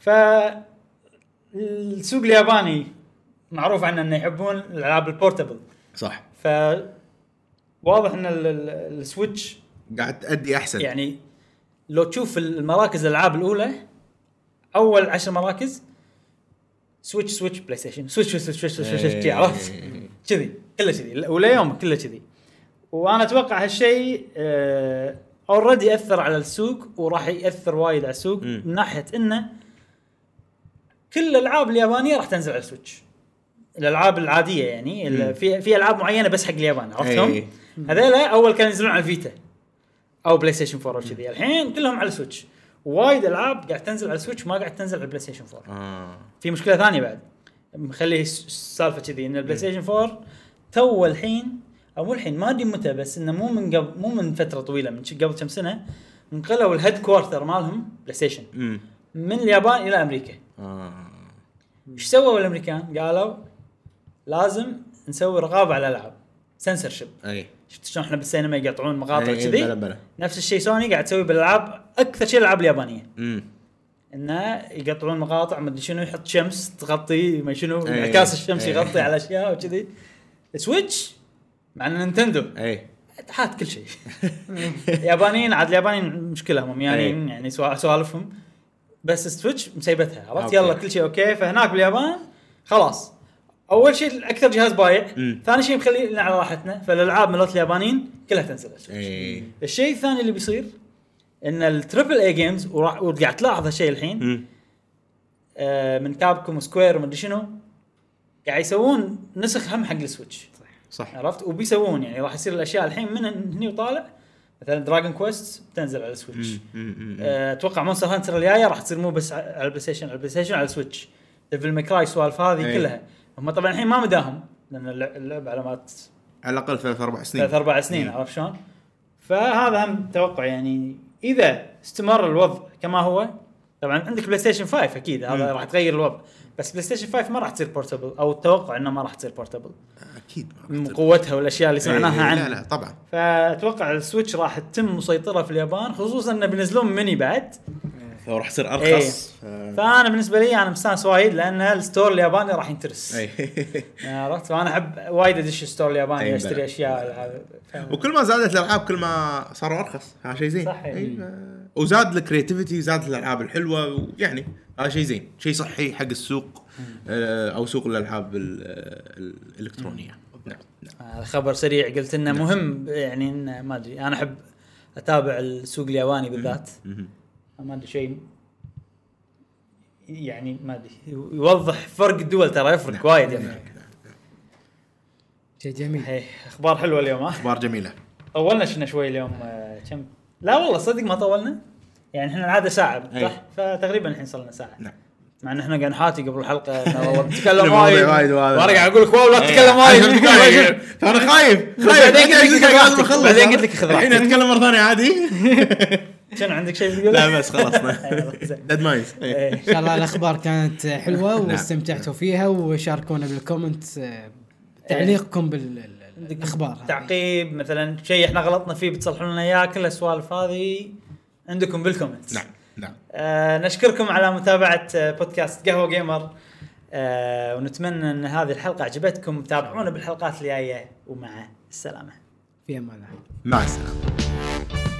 S1: ف السوق الياباني معروف عنه انه يحبون الالعاب البورتبل
S3: صح
S1: ف واضح ان ال- ال- السويتش
S3: قاعد تأدي احسن يعني
S1: يعني لو تشوف المراكز الالعاب الاولى اول عشر مراكز سويتش سويتش بلاي ستيشن سويتش سويتش سويتش سويتش, سويتش
S3: إيه.
S1: عرفت كذي كله كذي وليوم كله كذي وانا اتوقع هالشيء اوريدي اثر على السوق وراح ياثر وايد على السوق
S3: مم.
S1: من ناحيه انه كل الالعاب اليابانيه راح تنزل على السويتش الالعاب العاديه يعني ال-
S3: مم.
S1: في في العاب معينه بس حق اليابان
S3: إيه.
S1: عرفتهم؟ هذيلا اول كانوا ينزلون على الفيتا او بلاي ستيشن 4 او كذي الحين كلهم على السويتش وايد العاب قاعد تنزل على السويتش ما قاعد تنزل على البلاي ستيشن 4
S3: اه
S1: في مشكله ثانيه بعد مخلي س- السالفه كذي ان البلاي ستيشن 4 تو الحين او مو الحين ما ادري متى بس انه مو من قبل مو من فتره طويله من ش- قبل كم سنه انقلوا الهيد كوارتر مالهم بلاي ستيشن
S3: امم
S1: من اليابان الى امريكا
S3: اه
S1: ايش سووا الامريكان؟ قالوا لازم نسوي رقابه على الالعاب سنسرشيب
S3: اي
S1: شفت شلون احنا بالسينما يقطعون مقاطع
S3: إي، إي، يعني إيه، بلا
S1: كذي
S3: بلا
S1: نفس الشيء سوني قاعد تسوي بالالعاب اكثر شيء الالعاب اليابانيه
S3: امم
S1: انه يقطعون مقاطع مدري شنو يحط شمس تغطي ما شنو
S3: أي.
S1: انعكاس الشمس
S3: أي.
S1: يغطي على اشياء وكذي سويتش مع إن نينتندو
S3: اي
S1: حات كل شيء يابانيين عاد اليابانيين مشكلهم يعني
S3: أي.
S1: يعني سوا- سوالفهم بس سويتش مسيبتها عرفت
S3: أوكي.
S1: يلا كل شيء اوكي فهناك باليابان خلاص اول شيء اكثر جهاز بايع
S3: مم.
S1: ثاني شيء مخلينا على راحتنا فالالعاب مالت اليابانيين كلها تنزل على
S3: إيه.
S1: سويتش
S3: اي
S1: الشيء الثاني اللي بيصير ان التربل اي جيمز وراح وقاعد تلاحظ هالشيء الحين
S3: امم
S1: آه، من كابكوم وسكوير ومدري شنو قاعد يسوون نسخ هم حق السويتش
S3: صح
S1: عرفت وبيسوون يعني راح يصير الاشياء الحين من هني وطالع مثلا دراجون كويست بتنزل على السويتش
S3: مم، مم، مم.
S1: آه، اتوقع مونستر هانتر الجايه راح تصير مو بس ع- على البلاي ستيشن على البلاي ستيشن على السويتش ديفل ماكراي سوالف هذه
S3: أي.
S1: كلها هم طبعا الحين ما مداهم لان اللع- اللعب على مات
S3: على الاقل ثلاث اربع سنين
S1: ثلاث اربع سنين
S3: إيه.
S1: عرفت شلون؟ فهذا هم توقع يعني اذا استمر الوضع كما هو طبعا عندك بلاي ستيشن 5 اكيد هذا
S3: مم.
S1: راح تغير الوضع بس بلاي ستيشن 5 ما راح تصير بورتبل او التوقع انه ما راح تصير بورتبل
S3: اكيد ما راح
S1: من
S3: تصير.
S1: قوتها والاشياء اللي سمعناها
S3: إي، إي،
S1: عنها
S3: إيه، لا لا طبعا
S1: فاتوقع السويتش راح تتم مسيطره في اليابان خصوصا انه بينزلون ميني بعد
S3: فراح يصير
S1: إيه.
S3: ارخص ف-
S1: فانا بالنسبه لي انا مستانس وايد لان الستور الياباني راح ينترس
S3: اي
S1: عرفت فانا احب وايد ادش الستور
S3: أي،
S1: الياباني اشتري
S3: بلى.
S1: اشياء ألعاب. ف-
S3: وكل ما زادت الالعاب كل ما صاروا ارخص هذا شيء زين
S1: صحيح.
S3: إي، ف- وزاد الكريتيفيتي زادت الالعاب الحلوه ويعني يعني هذا شيء زين شيء صحي حق السوق آه، او سوق الالعاب ال- ال- الالكترونيه نعم نعم
S1: آه، خبر سريع قلت انه مهم يعني إنه ما ادري انا احب اتابع السوق الياباني بالذات
S3: مهم.
S1: ما ادري شيء يعني ما ادري يوضح فرق الدول ترى
S3: نعم.
S1: يفرق وايد يعني
S2: شيء جميل
S1: هي، اخبار حلوه اليوم ها
S3: اخبار جميله
S1: طولنا شنا شوي اليوم آه، كم لا والله صدق ما طولنا يعني احنا العاده ساعه صح
S3: أي.
S1: فتقريبا الحين صار لنا ساعه
S3: نعم.
S1: مع ان احنا قاعد نحاتي قبل الحلقه إنه والله بتتكلم
S3: الموضوع
S1: وايد
S3: وايد وهذا.
S1: وانا قاعد اقول لك واو لا تتكلم وايد
S3: انا خايف
S1: بس
S3: خايف
S1: بعدين قلت لك خذ
S3: لازم
S1: راحتك.
S3: اخلص.
S1: بعدين قلت لك خذ
S3: الحين
S1: راحتك.
S3: اتكلم مره ثانيه عادي
S1: شنو عندك شيء تقوله؟
S3: لا بس خلصنا
S1: أيوة، زين.
S3: ديد مايز
S1: إيه.
S2: ان شاء الله الاخبار كانت حلوه
S1: نعم.
S2: واستمتعتوا فيها وشاركونا بالكومنت آه، تعليقكم بالاخبار
S1: إيه. تعقيب مثلا شيء احنا غلطنا فيه بتصلحون لنا اياه كل السوالف هذه عندكم بالكومنتس
S3: نعم نعم
S1: آه نشكركم على متابعه آه، بودكاست قهوه جيمر آه ونتمنى ان هذه الحلقه عجبتكم تابعونا بالحلقات الجايه ومع السلامه
S2: في امان الله
S3: مع السلامه